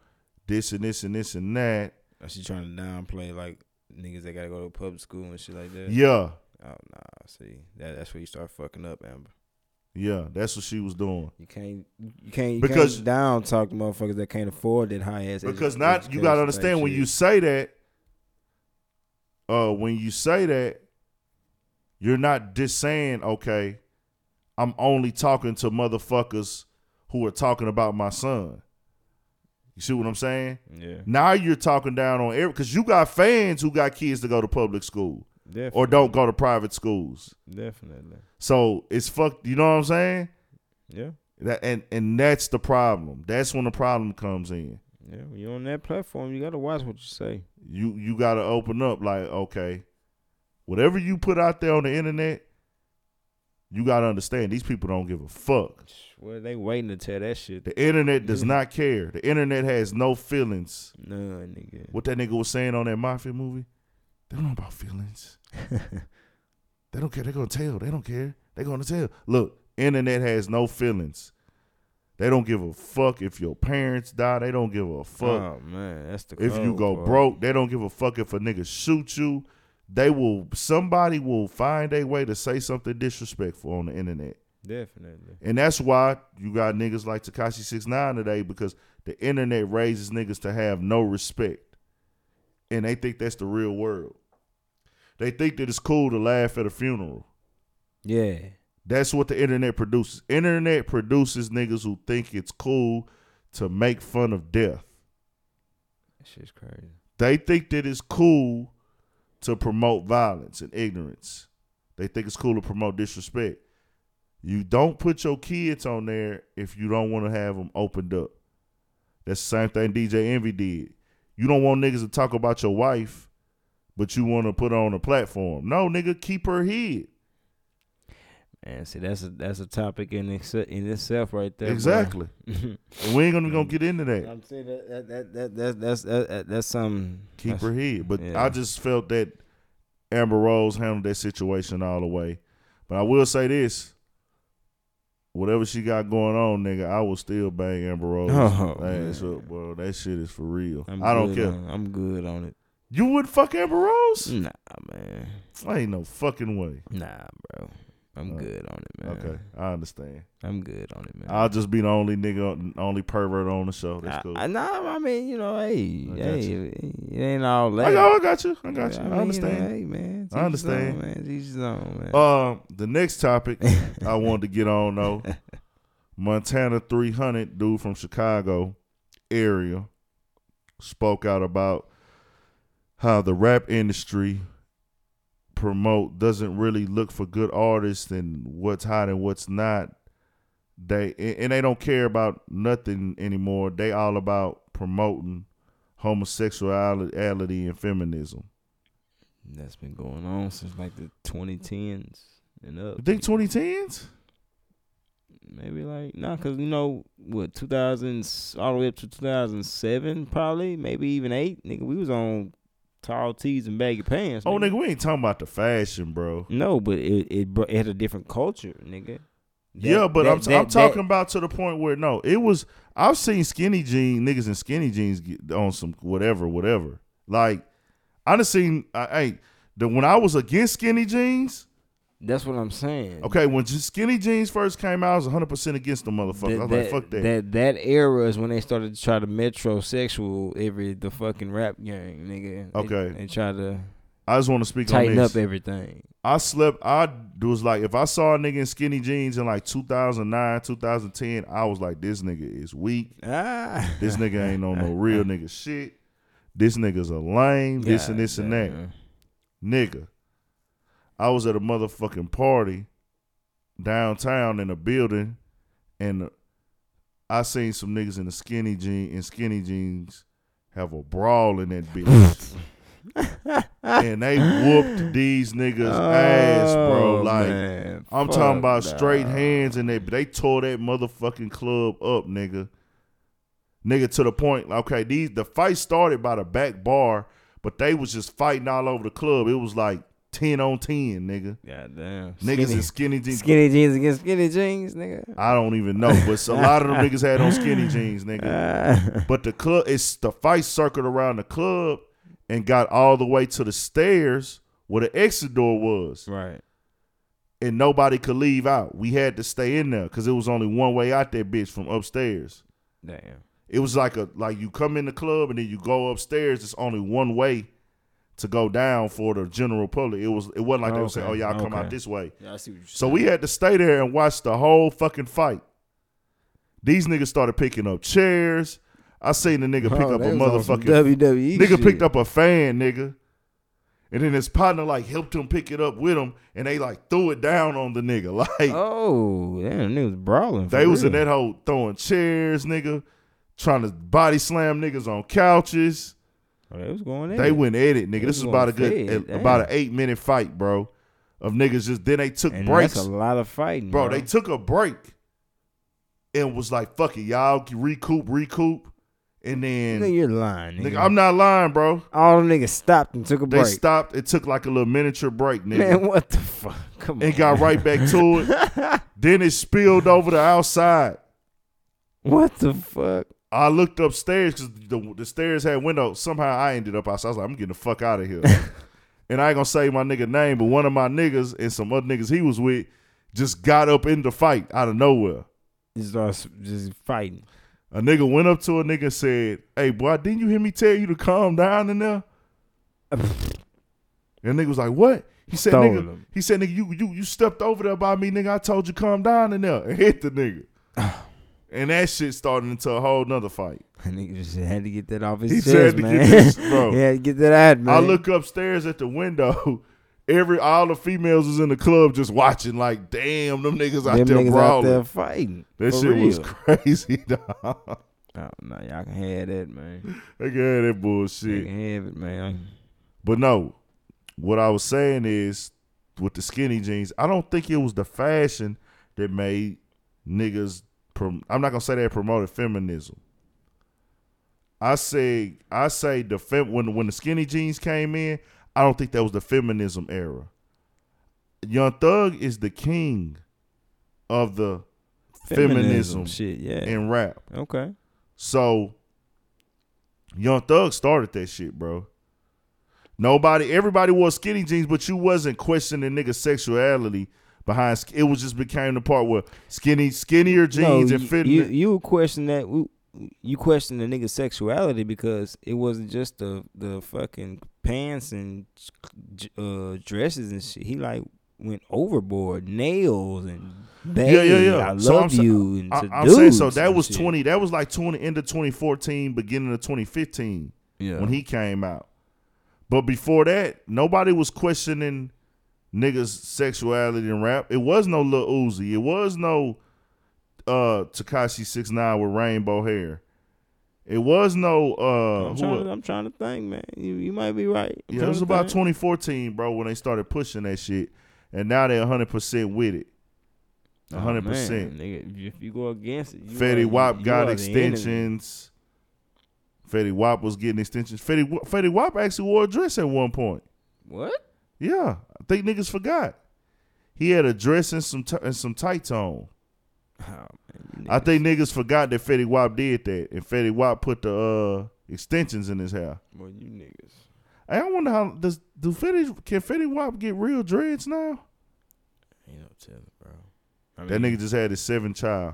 S2: this and this and this and that."
S1: She trying to downplay like niggas that gotta go to public school and shit like that.
S2: Yeah,
S1: Oh nah, see that that's where you start fucking up, Amber.
S2: yeah, that's what she was doing.
S1: You can't you can't you
S2: Because-
S1: can't down talk to motherfuckers that can't afford that high ass.
S2: because
S1: edu-
S2: not you
S1: education
S2: gotta understand
S1: type
S2: when you
S1: shit.
S2: say that uh when you say that you're not just saying okay i'm only talking to motherfuckers who are talking about my son you see what i'm saying
S1: yeah
S2: now you're talking down on every because you got fans who got kids to go to public school
S1: definitely,
S2: or don't go to private schools
S1: definitely
S2: so it's fucked you know what i'm saying
S1: yeah
S2: that and and that's the problem that's when the problem comes in
S1: yeah when you're on that platform you gotta watch what you say
S2: you you got to open up like okay whatever you put out there on the internet you got to understand these people don't give a fuck
S1: well they waiting to tell that shit
S2: the internet does not care the internet has no feelings
S1: none nigga
S2: what that nigga was saying on that mafia movie they don't know about feelings they don't care they're gonna tell they don't care they're gonna tell look internet has no feelings they don't give a fuck if your parents die they don't give a fuck
S1: oh man that's the
S2: if you
S1: cold
S2: go
S1: part.
S2: broke, they don't give a fuck if a nigga shoot you. They will. Somebody will find a way to say something disrespectful on the internet,
S1: definitely
S2: and that's why you got niggas like Takashi Six Nine today because the internet raises niggas to have no respect, and they think that's the real world. They think that it's cool to laugh at a funeral.
S1: yeah
S2: That's what the internet produces. Internet produces niggas who think it's cool to make fun of death.
S1: that shit's crazy
S2: They think that it's cool to promote violence and ignorance. They think it's cool to promote disrespect. You don't put your kids on there if you don't want to have them opened up. That's the same thing DJ Envy did. You don't want niggas to talk about your wife, but you want to put her on a platform. No, nigga, keep her hid.
S1: and see that's a that's a topic in ex- in itself right there bro.
S2: exactly. and we ain't gonna, gonna get into that.
S1: I'm saying that that that, that, that that's that, that, that's some
S2: Keep
S1: that's-
S2: her hid. But
S1: yeah.
S2: I just felt that Amber Rose handled that situation all the way. But I will say this. Whatever she got going on, nigga, I will still bang Amber Rose.
S1: Oh,
S2: ass
S1: man.
S2: up, bro. That shit is for real.
S1: I'm
S2: I don't
S1: good
S2: care.
S1: on it. I'm good on it.
S2: You would fuck Amber Rose?
S1: Nah, man.
S2: Ain't no fucking way.
S1: Nah, bro. I'm
S2: Uh,
S1: good on it, man.
S2: Okay, I understand.
S1: I'm good on it, man.
S2: I'll just be the only nigga, only pervert on the show. That's
S1: I-
S2: cool.
S1: I, nah, I mean, you know, hey,
S2: I got
S1: hey,
S2: you.
S1: it ain't all that.
S2: I got, I got you. I got you.
S1: mean,
S2: I, understand.
S1: hey, man. teach
S2: I
S1: his
S2: understand.
S1: Own, man. Teach his own, man.
S2: Um, the next topic Oh, I wanted to get on though, Montana 300 dude from Chicago area spoke out about how the rap industry promote doesn't really look for good artists and what's hot and what's not. They and and they don't care about nothing anymore. They all about promoting homosexuality and feminism.
S1: That's been going on since like the 2010s and up.
S2: You think 2010s?
S1: Maybe like nah, cause you know what, 2000s all the way up to 2007, probably maybe even eight. Nigga, we was on tall tees and baggy pants.
S2: Oh, nigga, we ain't talking about the fashion, bro.
S1: No, but it it, br- it had a different culture, nigga. That-
S2: yeah, but
S1: that-
S2: I'm,
S1: that-
S2: I'm
S1: that-
S2: talking about to the point where no, it was. I've seen skinny jean niggas in skinny jeans get on some whatever, whatever. Like I done seen. I, I the when I was against skinny jeans.
S1: That's what I'm saying.
S2: Okay, when just skinny jeans first came out, I was 100 percent against the motherfucker. I was like, fuck that.
S1: that that era is when they started to try to metrosexual every the fucking rap gang, nigga. They-
S2: Okay.
S1: They, try to
S2: I just want to speak on
S1: tighten
S2: this.
S1: up everything.
S2: I slept. I was like, if I saw a nigga in skinny jeans in like 2009, 2010, I was like, this nigga is weak.
S1: Ah.
S2: This nigga ain't on no real nigga shit. This nigga's a lame. this and this and that.
S1: Goddamn.
S2: Nigga, I was at a motherfucking party downtown in a building, and I seen some niggas in the skinny jean in skinny jeans have a brawl in that bitch. and they whooped these niggas ass, bro.
S1: Oh,
S2: Like
S1: man.
S2: I'm
S1: Fuck
S2: talking about
S1: nah.
S2: straight hands, and they they tore that motherfucking club up, nigga. Nigga, to the point. Okay, these the fight started by the back bar, but they was just fighting all over the club. It was like ten on ten, nigga.
S1: Goddamn.
S2: Niggas in skinny jeans.
S1: skinny jeans against skinny jeans, nigga.
S2: I don't even know, but a lot of them niggas had on skinny jeans, nigga.
S1: Ah.
S2: But the club, it's the fight circled around the club and got all the way to the stairs where the exit door was.
S1: right.
S2: and nobody could leave out. We had to stay in there because it was only one way out that bitch from upstairs.
S1: Damn.
S2: It was like a like you come in the club and then you go upstairs. It's only one way to go down for the general public. It was it wasn't like they would say, "Oh
S1: Okay,
S2: y'all come out
S1: okay.
S2: this way."
S1: Yeah, I see what you
S2: So we had to stay there and watch the whole fucking fight. These niggas started picking up chairs. I seen the nigga
S1: Oh,
S2: pick up a motherfucking
S1: WWE.
S2: Nigga
S1: E shit.
S2: picked up a fan, nigga. And then his partner like helped him pick it up with him and they like threw it down on the nigga. Like
S1: Oh, damn, niggas brawling. for
S2: they was in
S1: real.
S2: that hole throwing chairs, nigga, trying to body slam niggas on couches.
S1: Oh, they was going in.
S2: They went at it, nigga.
S1: They
S2: This was
S1: was
S2: about a
S1: going
S2: good eh,
S1: fed,
S2: about an
S1: damn.
S2: eight minute fight, bro. Of niggas just then they took
S1: and
S2: breaks.
S1: That's a lot of fighting,
S2: Bro,
S1: bro.
S2: they took a break and was like, fuck it, y'all recoup, recoup. And then
S1: nigga, you're lying, nigga.
S2: nigga, I'm not lying, bro.
S1: All the niggas stopped and took a
S2: They
S1: break.
S2: stopped. It took like a little miniature break, nigga.
S1: Man, what the fuck? Come
S2: and
S1: on.
S2: got right back to it. then it spilled over the outside.
S1: What the fuck?
S2: I looked upstairs because the, the stairs had windows. Somehow I ended up outside. I was like, I'm getting the fuck out of here. and I ain't gonna say my nigga name, but one of my niggas and some other niggas he was with just got up in the fight out of nowhere.
S1: Just starts just fighting.
S2: A nigga went up to a nigga and said, Hey boy, didn't you hear me tell you to calm down in there? And nigga was like, What? He said,
S1: Stole
S2: nigga,
S1: him.
S2: he said, nigga, you you you stepped over there by me, nigga. I told you calm down in there and hit the nigga. and that shit started into a whole nother fight.
S1: Nigga just had to get that off his
S2: He
S1: chest,
S2: tried to
S1: man.
S2: get this- bro.
S1: he had to get that out, man.
S2: I look upstairs at the window. Every all the females was in the club just watching, like, damn, them niggas
S1: them
S2: out there
S1: niggas out
S2: brawling.
S1: there fighting.
S2: that
S1: for
S2: shit was
S1: real.
S2: crazy, dog.
S1: Oh, no, y'all can have that, man.
S2: They can have that
S1: You
S2: bullshit.
S1: can have it, man.
S2: But no, what I was saying is with the skinny jeans, I don't think it was the fashion that made niggas. Prom- I'm not gonna say they promoted feminism. I say I say the fem- when when the skinny jeans came in, I don't think that was the feminism era. Young Thug is the king of the feminism,
S1: shit. Yeah.
S2: in rap.
S1: okay.
S2: So Young Thug started that shit, bro. Nobody, everybody wore skinny jeans, but you wasn't questioning nigga sexuality behind. sk- It was just became the part where skinny, skinnier jeans
S1: No,
S2: and
S1: you-
S2: fitting.
S1: You you would question that. w- You question the nigga's sexuality because it wasn't just the the fucking pants and j- uh, dresses and shit. He like went overboard, nails and babe,
S2: yeah, yeah, yeah.
S1: I love
S2: So I'm sa-
S1: you. And
S2: I,
S1: to
S2: am saying so.
S1: dudes
S2: That
S1: and
S2: was
S1: shit.
S2: twenty. That was like twenty end of 2014, beginning of 2015
S1: Yeah.
S2: when he came out. But before that, nobody was questioning niggas' sexuality in rap. It was no Lil Uzi. It was no uh Takashi Six Nine with rainbow hair. It was no uh
S1: I'm,
S2: who
S1: trying
S2: el-
S1: to, I'm trying to think, man. You, you might be right. I'm
S2: yeah,
S1: trying
S2: it was
S1: to
S2: about
S1: think.
S2: 2014, bro, when they started pushing that shit. And now they're 100% with it.
S1: Oh,
S2: 100%.
S1: man, nigga, if you go against it, you
S2: Fetty
S1: are-
S2: Wap
S1: you
S2: got
S1: are the enemy.
S2: extensions. Fetty Wap was getting extensions. Fetty, Wa- Fetty Wap actually wore a dress at one point.
S1: What?
S2: Yeah, I think niggas forgot. He had a dress and some t- and some tights on.
S1: Oh, man, you
S2: I
S1: niggas.
S2: think niggas forgot that Fetty Wap did that, and Fetty Wap put the uh, extensions in his hair.
S1: Boy, you niggas.
S2: Hey, I wonder how does do Fetty can Fetty Wap get real dreads now?
S1: Ain't no telling, bro. I
S2: That
S1: mean,
S2: nigga just had his seventh child.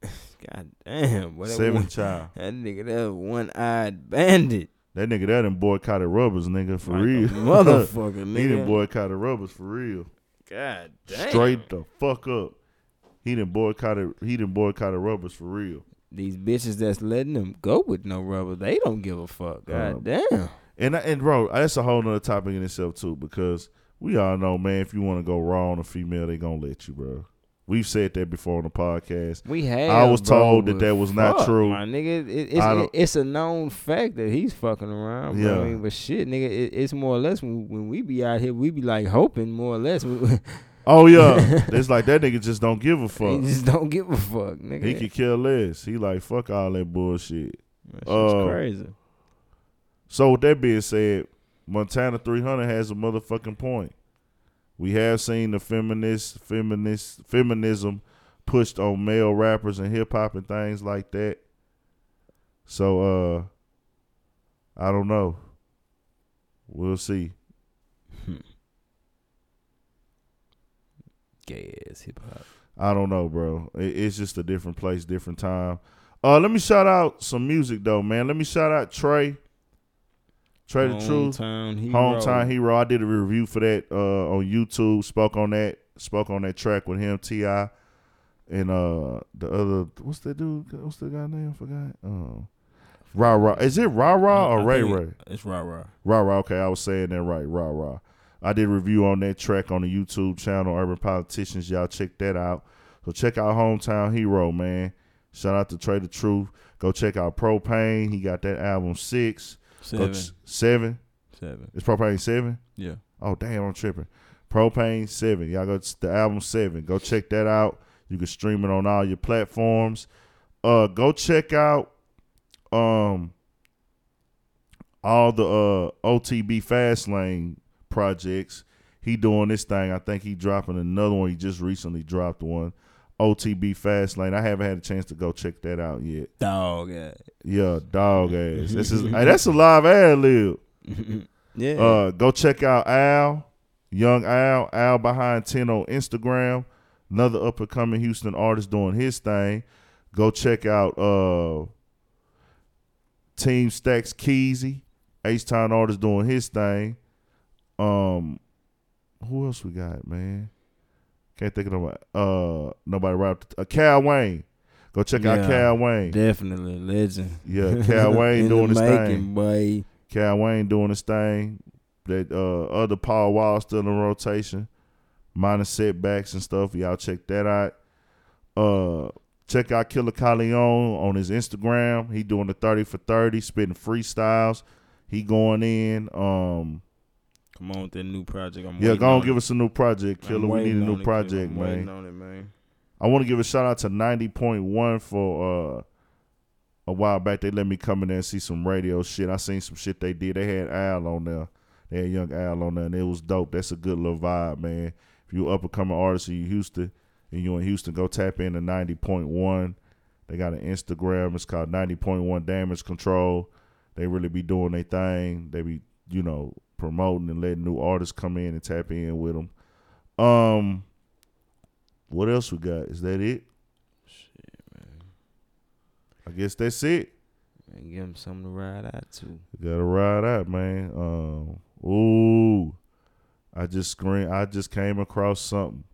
S1: God damn, boy, that one-
S2: Seventh child.
S1: That nigga, that one eyed bandit.
S2: That nigga that done boycotted rubbers, nigga, for
S1: Like a
S2: real.
S1: Motherfucker,
S2: he done
S1: nigga.
S2: boycotted rubbers for real.
S1: God damn.
S2: Straight the fuck up. He didn't boycott it. He didn't boycott the rubbers for real.
S1: These bitches that's letting them go with no rubber, they don't give a fuck. God
S2: Uh,
S1: damn.
S2: And I- and bro, that's a whole nother topic in itself too, because we all know, man, if you want to go raw on a female, they gonna let you, bro. We've said that before on the podcast.
S1: We have.
S2: I was
S1: bro,
S2: told that
S1: but
S2: that was not
S1: fuck,
S2: true.
S1: My nigga, it, it's
S2: I
S1: it,
S2: don't-
S1: it's a known fact that he's fucking around. Bro.
S2: Yeah.
S1: I mean, but shit, nigga, it, it's more or less when, when we be out here, we be like hoping more or less. We,
S2: Oh yeah, it's like that nigga just don't give a
S1: they
S2: fuck.
S1: just don't give a fuck, nigga.
S2: He could care less. He like fuck all that bullshit.
S1: That shit's
S2: uh,
S1: crazy.
S2: So with that being said, Montana 300 has a motherfucking point. We have seen the feminist, feminist, feminism pushed on male rappers and hip hop and things like that. So uh, I don't know. We'll see. hmm.
S1: Gay ass hip hop.
S2: I don't know, bro. It- It's just a different place, different time. Uh, let me shout out some music though, man. Let me shout out Trey. Trey the Truth.
S1: Hometown hero.
S2: Hometown Hero. I did a review for that uh, on YouTube. Spoke on that. Spoke on that track with him, Ti, and uh, the other. What's that dude? What's the guy name? I forgot. Um, Ra Ra. Is it Ra Ra or
S1: I
S2: Oh, Ray
S1: think
S2: Ray?
S1: It's rah rah.
S2: Ra Ra. Okay, I was saying that right. Ra Ra. I did a review on that track on the YouTube channel, Urban Politicians. Y'all check that out. So check out Hometown Hero, man. Shout out to Trey the Truth. Go check out Propane. He got that album six. Go
S1: Seven.
S2: ch- seven.
S1: seven.
S2: It's Propane seven.
S1: Yeah.
S2: Oh damn, I'm tripping. Propane Seven, y'all go the album Seven. Go check that out. You can stream it on all your platforms. Uh, go check out um all the uh OTB Fast Lane projects. He doing this thing. I think he dropping another one. He just recently dropped one. OTB Fast Lane. I haven't had a chance to go check that out yet.
S1: Dog. Yeah.
S2: Yeah, dog ass. This is hey, that's a live ad lib.
S1: yeah.
S2: Uh, go check out Al, Young Al, Al behind ten on Instagram. Another up and coming Houston artist doing his thing. Go check out uh, Team Stacks Keezy, H Town artist doing his thing. Um, who else we got, man? Can't think of nobody. Uh, nobody right. off the- Uh, Cal Wayne. Go check out
S1: Yeah.
S2: Cal Wayne.
S1: Definitely a legend.
S2: Yeah, Cal Wayne
S1: In the
S2: doing his thing.
S1: making, Boy.
S2: Cal Wayne doing his thing. That uh, other Paul Wall still in rotation, minor setbacks and stuff. Y'all check that out. Uh, check out Killer Collion on his Instagram. He doing the thirty for thirty, spitting freestyles. He going in. Um,
S1: Come on with that new project. I'm
S2: yeah,
S1: waiting
S2: go
S1: on
S2: on give us a new project,
S1: it.
S2: Killer.
S1: I'm
S2: We need
S1: waiting
S2: a
S1: on it, Killer.
S2: new project,
S1: I'm
S2: man.
S1: waiting on it, man.
S2: I want to give a shout out to 90.1 for uh, a while back. They let me come in there and see some radio shit. I seen some shit they did. They had Al on there. They had Young Al on there, and it was dope. That's a good little vibe, man. If you up and coming artist and you Houston and you in Houston, go tap into ninety point one. They got an Instagram. It's called ninety point one Damage Control. They really be doing their thing. They be you know promoting and letting new artists come in and tap in with them. Um, what else we got? Is that it? I guess that's it.
S1: And give him something to ride out to.
S2: Gotta ride out, man. Um, ooh, I just scream. I just came across something.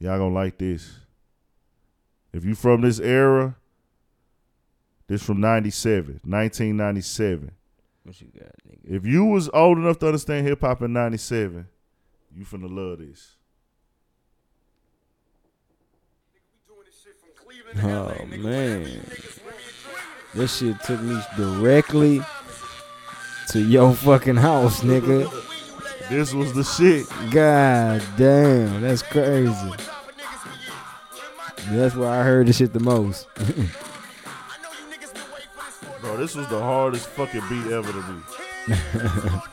S2: Y'all gonna like this. If you from this era, this from 97, 1997.
S1: What you got, nigga?
S2: If you was old enough to understand hip hop in 97, you finna love this.
S1: Oh man, this shit took me directly to your fucking house, nigga.
S2: This was the shit.
S1: God damn, that's crazy. That's where I heard the shit the most.
S2: Bro, this was the hardest fucking beat ever to me.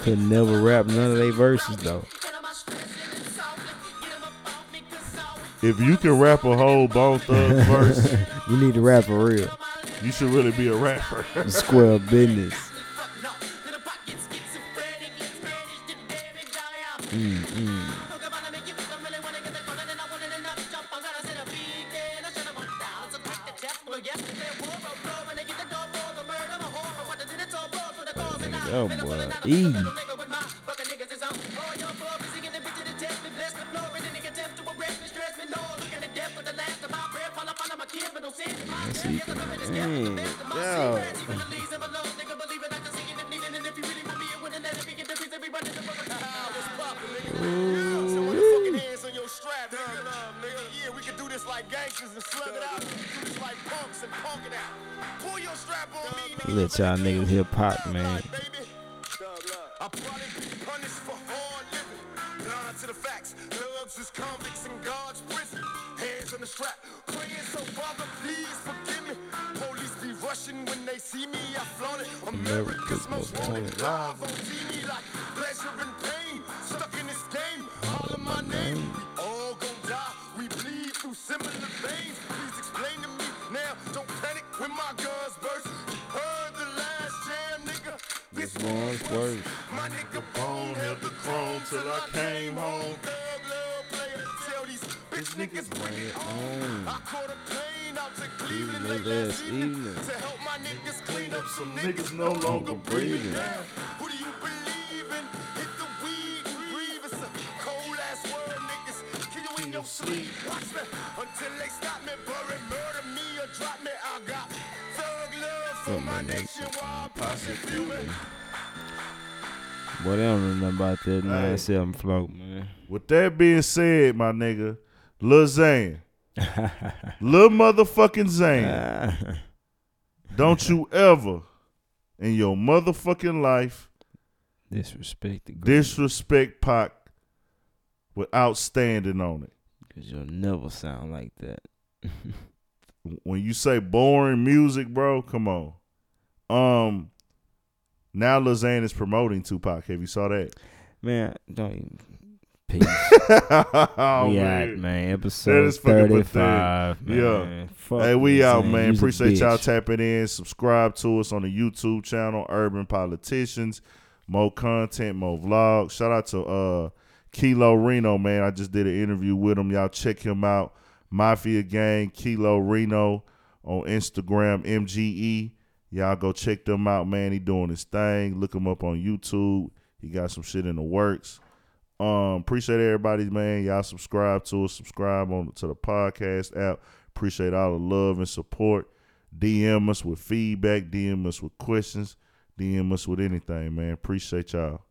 S1: Could never rap none of they verses though.
S2: If you can rap a whole Bone Thug verse,
S1: You need to rap for real.
S2: you should really be a rapper.
S1: Square up business. Oh boy, E. Let's see. Man, yo.
S3: Let y'all niggas hip hop, man. America's most wanted. Oh, my name. All gon' die. We bleed through similar veins. Please explain to me now. Don't panic when my guns burst. You Heard the last jam, nigga. This
S1: one's worse.
S3: My nigga Bone held the chrome till I came home. Thug love player. Tell these bitch niggas bring it home. I caught a plane out to Cleveland
S1: Even
S3: late
S1: last
S3: last evening
S1: evening.
S3: to help my niggas clean up some
S2: Niggas no longer breathing.
S3: down. Who do you believe in? Hit the weed and breathe. It's a cold ass world, niggas. Kill you in your sleep. Watch me until they stop me, bury, murder me or drop me. I got thug love for my nation while I posse fuming.
S1: Boy, they don't know nothing about that
S2: Hey.
S1: 97 float, man.
S2: With that being said, my nigga, Lil Zane, Lil motherfucking Zane,
S1: Uh.
S2: don't you ever in your motherfucking life
S1: Disrespect the group.
S2: disrespect Pac without standing on it.
S1: Because you'll never sound like that.
S2: when you say boring music, bro, come on. Um, now Lil Xan is promoting Tupac. Have you saw that?
S1: Man, don't even. Peace.
S2: oh,
S1: we
S2: man.
S1: out, man. Episode
S2: is fucking pathetic.
S1: 35. Man.
S2: Yeah.
S1: Fuck
S2: hey, we
S1: this,
S2: out, man.
S1: You's a
S2: Appreciate y'all
S1: bitch.
S2: tapping in. Subscribe to us on the YouTube channel, Urban Politicians. More content, more vlogs. Shout out to uh Kilo Reno, man. I just did an interview with him. Y'all check him out. Mafia Gang, Kilo Reno on Instagram, MGE. Y'all go check them out, man. He doing his thing. Look him up on YouTube. He got some shit in the works. Um, appreciate everybody, man. Y'all subscribe to us, subscribe on to the podcast app. Appreciate all the love and support. DM us with feedback, DM us with questions, DM us with anything, man. Appreciate y'all.